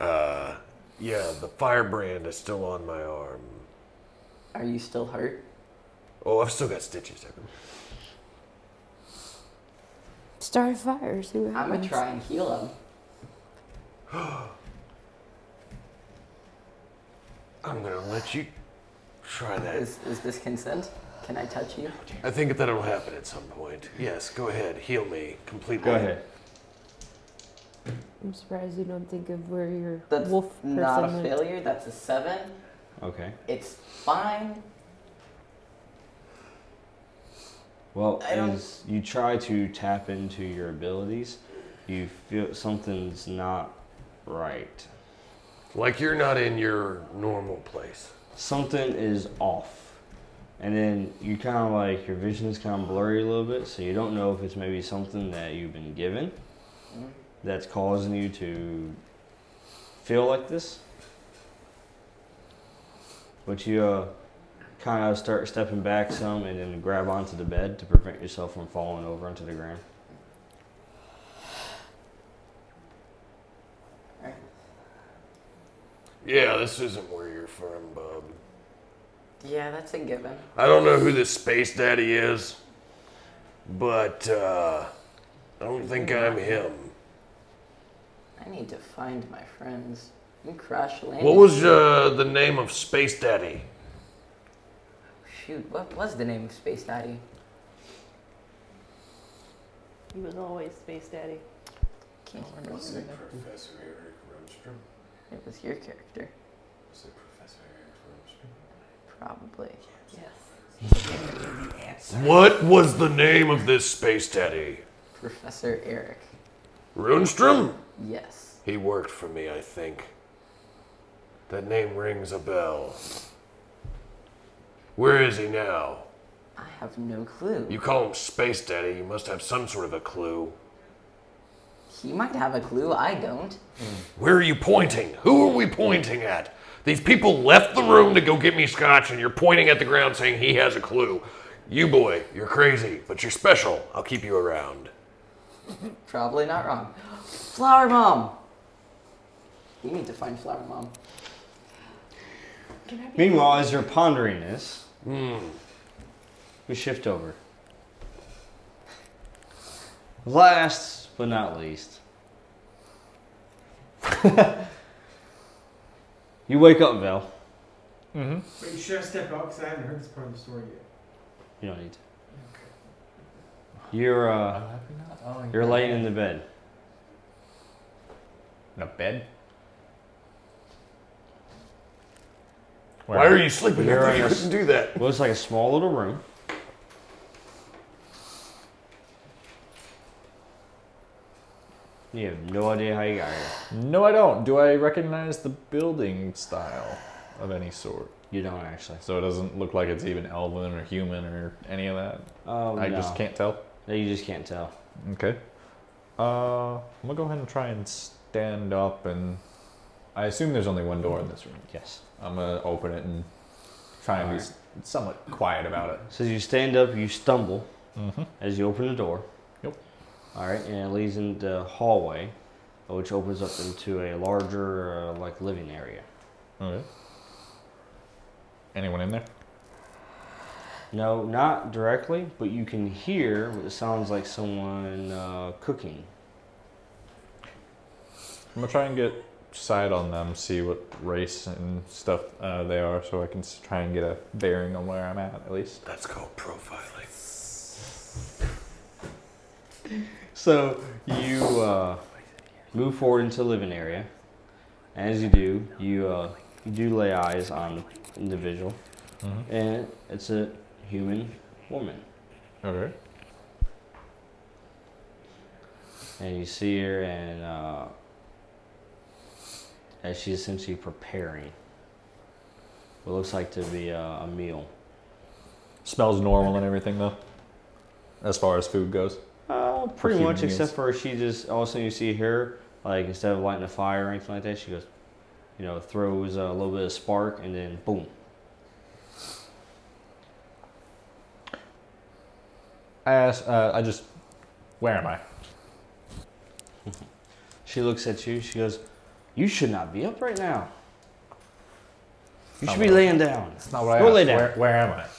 Speaker 5: Uh, yeah, the firebrand is still on my arm.
Speaker 8: Are you still hurt?
Speaker 5: Oh, I've still got stitches everywhere.
Speaker 3: Start a fire. See what
Speaker 8: I'm
Speaker 3: happens.
Speaker 8: gonna try and heal him.
Speaker 5: I'm gonna let you try that.
Speaker 8: Is, is this consent? Can I touch you?
Speaker 5: I think that'll happen at some point. Yes, go ahead. Heal me completely.
Speaker 7: Go ahead.
Speaker 3: I'm surprised you don't think of where your
Speaker 8: That's
Speaker 3: wolf person
Speaker 8: not a
Speaker 3: went.
Speaker 8: failure. That's a seven.
Speaker 7: Okay.
Speaker 8: It's fine.
Speaker 7: Well,
Speaker 8: I don't-
Speaker 7: as you try to tap into your abilities, you feel something's not right.
Speaker 5: Like you're not in your normal place.
Speaker 7: Something is off. And then you kind of like, your vision is kind of blurry a little bit, so you don't know if it's maybe something that you've been given
Speaker 8: Mm.
Speaker 7: that's causing you to feel like this. But you uh, kind of start stepping back some and then grab onto the bed to prevent yourself from falling over onto the ground.
Speaker 5: Yeah, this isn't where you're from, Bob.
Speaker 8: Yeah, that's a given.
Speaker 5: I don't know who this space daddy is, but uh, I don't think I'm him.
Speaker 8: I need to find my friends and crash landing.
Speaker 5: What was uh, the name of space daddy?
Speaker 8: Shoot, what was the name of Space Daddy?
Speaker 1: He was always Space Daddy.
Speaker 8: Can't remember. his name.
Speaker 5: Professor Eric Rumstrom?
Speaker 8: It was your character,
Speaker 5: Was it Professor
Speaker 8: probably. Yes.
Speaker 5: What was the name of this space daddy?
Speaker 8: Professor Eric.
Speaker 5: Runstrom?
Speaker 8: Yes.
Speaker 5: He worked for me, I think. That name rings a bell. Where is he now?
Speaker 8: I have no clue.
Speaker 5: You call him Space Daddy, you must have some sort of a clue.
Speaker 8: He might have a clue. I don't. [LAUGHS]
Speaker 5: Where are you pointing? Who are we pointing at? These people left the room to go get me scotch, and you're pointing at the ground saying he has a clue. You boy, you're crazy, but you're special. I'll keep you around.
Speaker 8: Probably not wrong. Flower Mom. We need to find Flower Mom.
Speaker 7: Meanwhile, as you're pondering this,
Speaker 13: Hmm.
Speaker 7: we shift over. Last but not least. [LAUGHS] you wake up, Val.
Speaker 4: Mm-hmm.
Speaker 11: Wait, should I step out? Because I haven't heard this part of the story yet.
Speaker 7: You don't need to. You're uh,
Speaker 4: Oh,
Speaker 7: you're
Speaker 4: yeah.
Speaker 7: laying in the bed.
Speaker 4: In a bed?
Speaker 13: Why are you sleeping? I
Speaker 7: You're
Speaker 13: thought
Speaker 7: in
Speaker 13: you
Speaker 7: a s-
Speaker 13: couldn't do that.
Speaker 7: Well, it's like a small little room. You have no idea how you got here.
Speaker 4: No, I don't. Do I recognize the building style of any sort?
Speaker 7: You don't actually.
Speaker 4: So it doesn't look like it's even elven or human or any of that.
Speaker 7: Oh,
Speaker 4: I just
Speaker 7: no.
Speaker 4: can't tell.
Speaker 7: No, you just can't tell.
Speaker 4: Okay. Uh, I'm gonna go ahead and try and stand up, and I assume there's only one door in this room.
Speaker 7: Yes.
Speaker 4: I'm gonna open it and try and be s somewhat quiet about it.
Speaker 7: So as you stand up, you stumble
Speaker 4: Mhm.
Speaker 7: as you open the door.
Speaker 4: Yep.
Speaker 7: All right, and it leads into hallway, which opens up into a larger, uh, like living area.
Speaker 4: Okay. Anyone in there?
Speaker 7: No, not directly, but you can hear what sounds like someone uh, cooking.
Speaker 4: I'm gonna try and get sight on them, see what race and stuff uh, they are, so I can s- try and get a bearing on where I'm at at least.
Speaker 13: That's called profiling.
Speaker 7: So you uh, move forward into the living area. And as you do, you, uh, you do lay eyes on the individual.
Speaker 4: Mhm.
Speaker 7: And it's a human woman.
Speaker 4: Okay.
Speaker 7: And you see her, and uh, as she's essentially preparing what looks like to be a, a meal.
Speaker 4: Smells normal and everything though, as far as food goes.
Speaker 7: Uh, pretty
Speaker 4: human
Speaker 7: much,
Speaker 4: meals.
Speaker 7: except for she just all of a sudden you see her like instead of lighting a fire or anything like that, she goes, you know, throws a little bit of spark and then boom.
Speaker 4: I ask, uh, I just, where am I?
Speaker 7: She looks at you. She goes, "You should not be up right now. You
Speaker 4: Not
Speaker 7: should be
Speaker 4: what I-
Speaker 7: laying down.
Speaker 4: That's not what I
Speaker 7: Go
Speaker 4: asked.
Speaker 7: lay down.
Speaker 4: Where, where am I?
Speaker 7: [LAUGHS]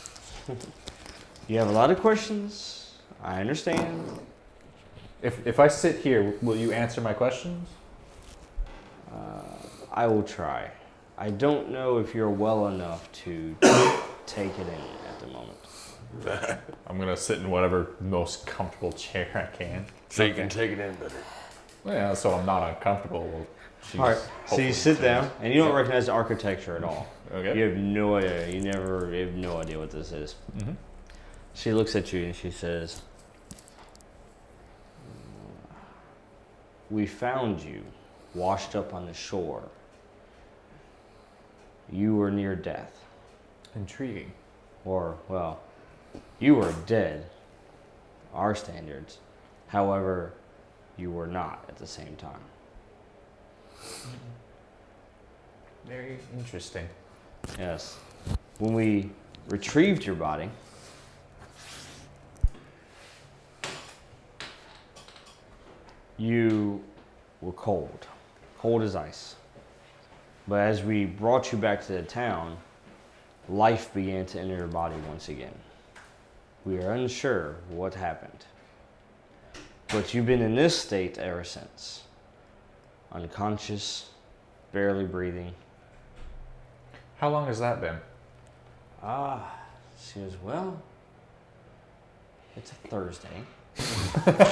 Speaker 7: You have a lot of questions. I understand.
Speaker 4: If, if I sit here, will you answer my questions?
Speaker 7: Uh, I will try. I don't know if you're well enough to [COUGHS] take it in at the moment.
Speaker 4: [LAUGHS] I'm gonna sit in whatever most comfortable chair I can.
Speaker 13: So you can take it in better.
Speaker 4: Yeah, so I'm not uncomfortable. Well, she's
Speaker 7: all right. So
Speaker 4: hopefully
Speaker 7: you sit down,
Speaker 4: changed.
Speaker 7: and you don't recognize the architecture at all.
Speaker 4: Okay.
Speaker 7: You have no idea. You never you have no idea what this is.
Speaker 4: Mhm.
Speaker 7: She looks at you and she says, "We found you, washed up on the shore. You were near death,
Speaker 4: Intriguing.
Speaker 7: or well, you were dead. Our standards, however, you were not at the same time."
Speaker 4: Very interesting.
Speaker 7: Yes. When we retrieved your body, you were cold, cold as ice. But as we brought you back to the town, life began to enter your body once again. We are unsure what happened. But you've been in this state ever since unconscious, barely breathing.
Speaker 4: How long has that been?
Speaker 7: Ah, she goes, well, it's a Thursday.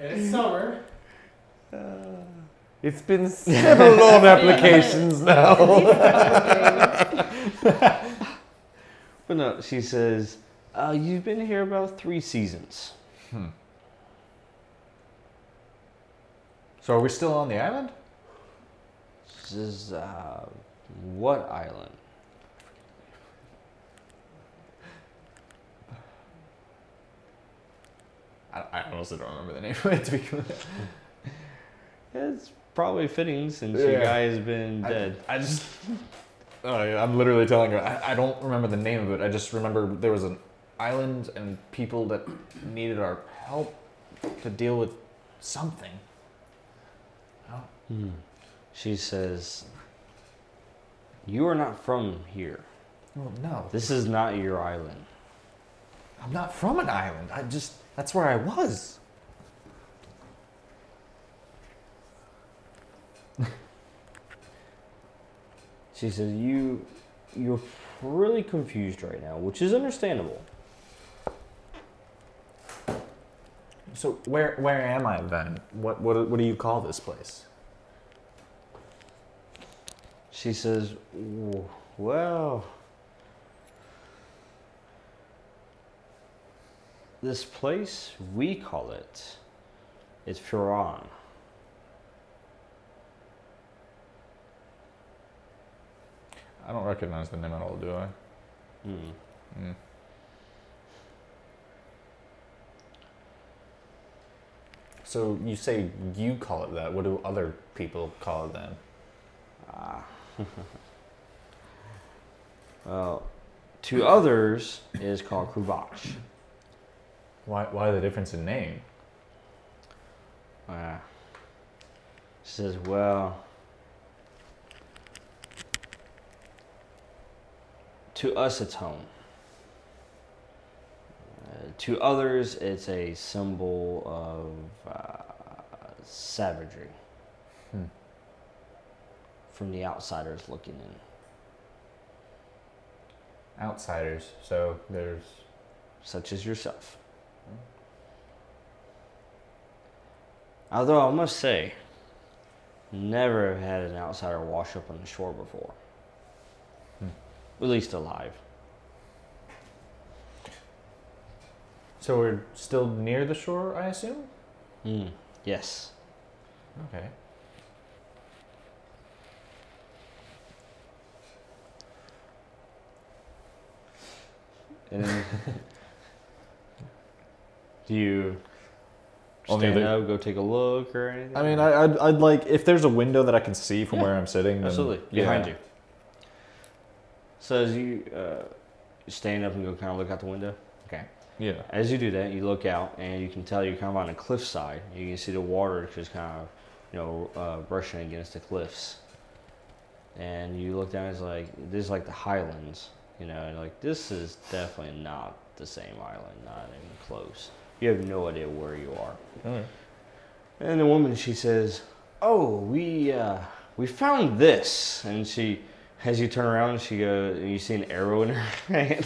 Speaker 11: And it's summer.
Speaker 4: Uh,
Speaker 2: It's been several loan
Speaker 7: [LAUGHS]
Speaker 2: applications
Speaker 7: now. but no, she says, uh, you've been here about three seasons.
Speaker 4: Hmm. So are we still on the island?
Speaker 7: She says, uh, what island?
Speaker 4: I, I honestly don't remember the name of it to be honest.
Speaker 7: It's probably fitting since your
Speaker 4: Yeah.
Speaker 7: guy has been
Speaker 4: I-
Speaker 7: dead.
Speaker 4: I just. [LAUGHS] Oh, yeah, I'm literally telling her. I, I don't remember the name of it. I just remember there was an island and people that needed our help to deal with something. Oh,
Speaker 7: Hmm. She says, you are not from here.
Speaker 4: well, oh, no.
Speaker 7: This is not your island.
Speaker 4: I'm not from an island. I just that's where I was.
Speaker 7: [LAUGHS] She says, "You, you're really confused right now, which is understandable.
Speaker 4: So where where am I then? What what what do you call this place?
Speaker 7: She says, "W- Well, this place, we call it, it's Furan.
Speaker 4: I don't recognize the name at all, do I?
Speaker 7: Mm.
Speaker 4: Mm. So you say you call it that. What do other people call it then?
Speaker 7: Ah. [LAUGHS] well, to others, it is called Kruvach.
Speaker 4: Why why the difference in name?
Speaker 7: Uh, she says, Well, to us it's home. Uh, to others, it's a symbol of uh, savagery
Speaker 4: Hmm.
Speaker 7: from the outsiders looking in.
Speaker 4: Outsiders. So there's
Speaker 7: such as yourself. Although I must say, never have had an outsider wash up on the shore before.
Speaker 4: Hmm.
Speaker 7: At least alive.
Speaker 4: so we're still near the shore, I assume?
Speaker 7: Mm. Yes.
Speaker 4: Okay.
Speaker 7: [LAUGHS]
Speaker 4: [LAUGHS]
Speaker 7: And then do you
Speaker 4: Well, I mean,
Speaker 7: stand
Speaker 4: they-
Speaker 7: up, go take a look, or anything?
Speaker 4: I mean, I, I'd, I'd like if there's a window that I can see from
Speaker 7: Yeah,
Speaker 4: where I'm sitting. Then,
Speaker 7: absolutely
Speaker 4: yeah.
Speaker 7: behind you. So as you uh, stand up and go, kind of look out the window. Okay.
Speaker 4: Yeah.
Speaker 7: As you do that, you look out and you can tell you're kind of on a cliffside. You can see the water just kind of, you know, uh, brushing against the cliffs. And you look down, it's like, this is like the highlands, you know, and like, this is definitely not the same island, not even close. You have no idea where you are.
Speaker 4: Alright.
Speaker 7: And the woman, she says, "Oh, we uh, we found this." And she, as you turn around, she goes, and you see an arrow in her [LAUGHS] hand.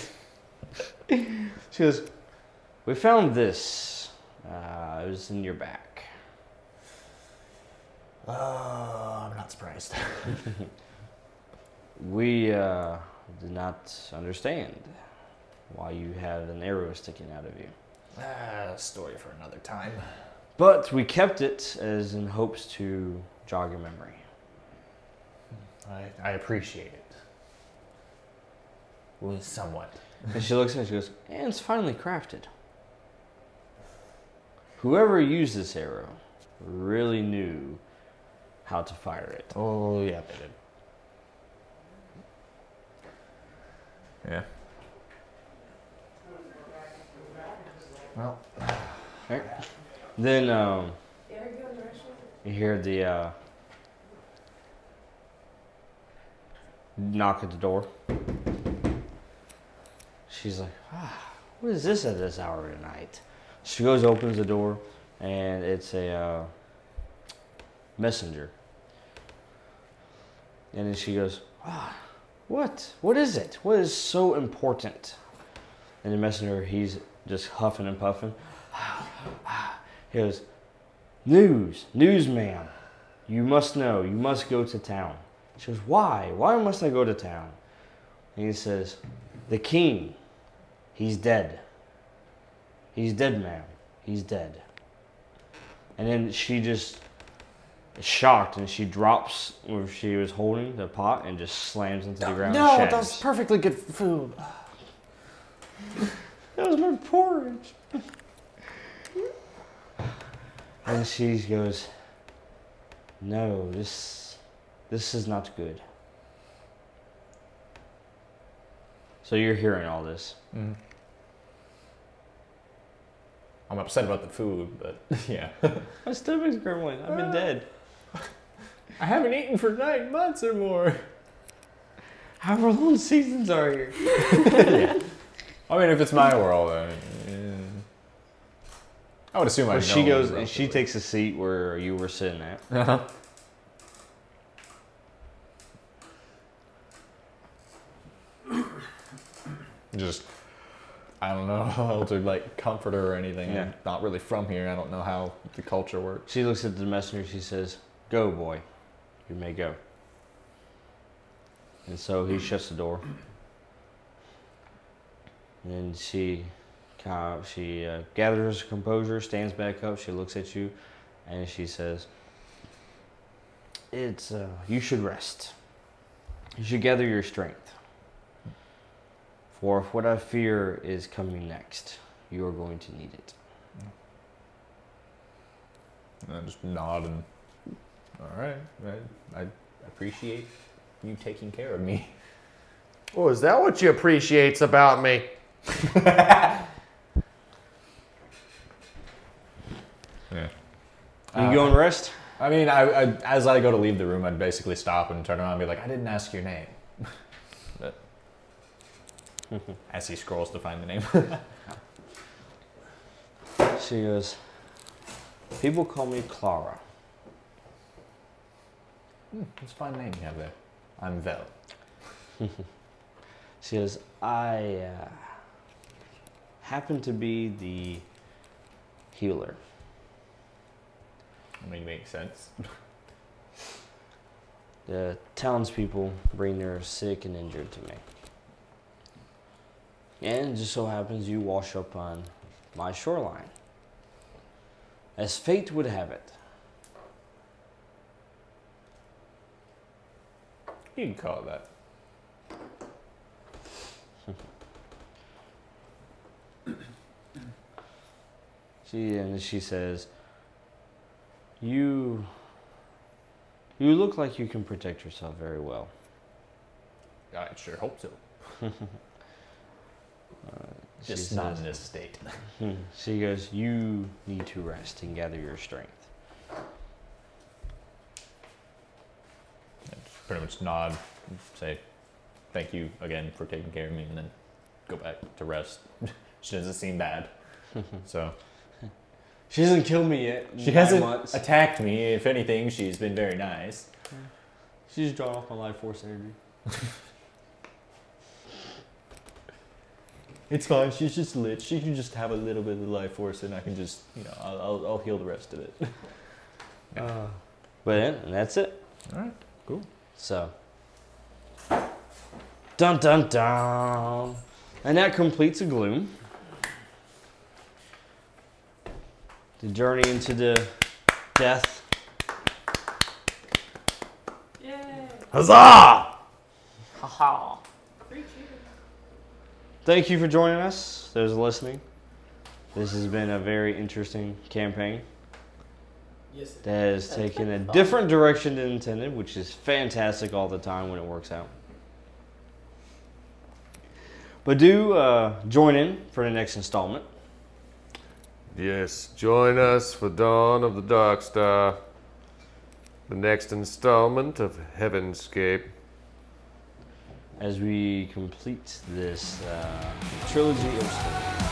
Speaker 7: she goes, "We found this. Uh, it was in your back." [LAUGHS]
Speaker 4: Oh, I'm not surprised. [LAUGHS]
Speaker 7: we uh, did not understand why you had an arrow sticking out of you.
Speaker 4: Ah, story for another time.
Speaker 7: But we kept it as in hopes to jog your memory.
Speaker 4: I, I appreciate it. Well, somewhat.
Speaker 7: And she looks at it and she goes, And it's finely crafted. Whoever used this arrow really knew how to fire it.
Speaker 4: Oh, yeah, they did. Yeah. Well,
Speaker 7: Right? Then um, you hear the uh, knock at the door. She's like, ah, what is this at this hour of the night? She goes, opens the door, and it's a uh, messenger. And then she goes, ah, what? What is it? What is so important? And the messenger, he's just huffing and puffing. [SIGHS] He goes, News, news, ma'am. You must know. You must go to town. She goes, Why? Why must I go to town? And he says, The king, he's dead. He's dead, ma'am. He's dead. And then she just is shocked and she drops where she was holding the pot and just slams into the ground. and
Speaker 4: no, that
Speaker 7: shatters.
Speaker 4: was perfectly good food.
Speaker 7: [SIGHS] That was my porridge. And she goes, No, this this is not good. So you're hearing all this.
Speaker 4: Mm-hmm. I'm upset about the food, but [LAUGHS] yeah.
Speaker 7: My stomach's grumbling. I've
Speaker 4: Ah.
Speaker 7: been dead.
Speaker 4: I haven't eaten for nine months or more. [LAUGHS]
Speaker 7: [LAUGHS] However long seasons are here.
Speaker 4: I mean, if it's my world, I, mean, eh, I would assume I
Speaker 7: Well,
Speaker 4: know.
Speaker 7: she goes and
Speaker 4: roughly.
Speaker 7: she takes a seat where you were sitting at.
Speaker 4: Uh-huh. Just, I don't know [LAUGHS] how to like comfort her or anything.
Speaker 7: Yeah.
Speaker 4: I'm not really from here. I don't know how the culture works.
Speaker 7: She looks at the messenger. She says, "Go, boy, you may go." And so he shuts the door. And then she, kind of, she uh, gathers her composure, stands back up. She looks at you, and she says, "It's uh, you should rest. You should gather your strength. For what I fear is coming next. You are going to need it."
Speaker 4: And I just nod and, all right, I, I appreciate you taking care of me. [LAUGHS]
Speaker 5: Oh, is that what you appreciates about me?
Speaker 4: Yeah. Uh,
Speaker 7: Are you going rest?
Speaker 4: I mean, I, I as I go to leave the room, I'd basically stop and turn around and be like, "I didn't ask your [LAUGHS] name." but as he scrolls to find the name,
Speaker 7: She goes, People call me Clara.
Speaker 4: Hmm, [LAUGHS] it's a fine name you have there. I'm Vel.
Speaker 7: [LAUGHS] she goes, I uh, happen to be the healer.
Speaker 4: I mean, makes sense.
Speaker 7: The townspeople bring their sick and injured to me. And it just so happens you wash up on my shoreline. As fate would have it.
Speaker 4: You can call it that.
Speaker 7: [LAUGHS] She and she says, "You, you look like you can protect yourself very well."
Speaker 4: I sure
Speaker 7: [LAUGHS]
Speaker 4: hope so.
Speaker 7: uh, she
Speaker 4: Just not
Speaker 7: says-
Speaker 4: in this state.
Speaker 7: [LAUGHS] she goes, "You need to rest and gather your strength."
Speaker 4: Just pretty much nod, and say, "Thank you again for taking care of me," and then go back to rest. [LAUGHS] she doesn't seem [LAUGHS] bad, so.
Speaker 7: She hasn't killed me yet. in
Speaker 4: She
Speaker 7: nine
Speaker 4: hasn't
Speaker 7: months.
Speaker 4: attacked me. If anything, she's been very nice.
Speaker 7: She's drawn off my life force energy.
Speaker 4: [LAUGHS] It's fine. She's just lit. She can just have a little bit of life force, and I can just, you know, I'll, I'll, I'll heal the rest of it. [LAUGHS]
Speaker 7: Uh, but yeah, and that's it.
Speaker 4: All right. Cool.
Speaker 7: So. Dun dun dun. And that completes a gloom. The journey into the death.
Speaker 13: Huzzah!
Speaker 8: Haha.
Speaker 7: Thank you for joining us, those listening. This has been a very interesting campaign
Speaker 11: Yes.
Speaker 7: that has taken a different direction than intended, which is fantastic all the time when it works out. But do uh, join in for the next installment.
Speaker 5: [LAUGHS] Yes, join us for Dawn of the Dark Star, the next installment of Heavenscape.
Speaker 7: as we complete this uh, trilogy of stories.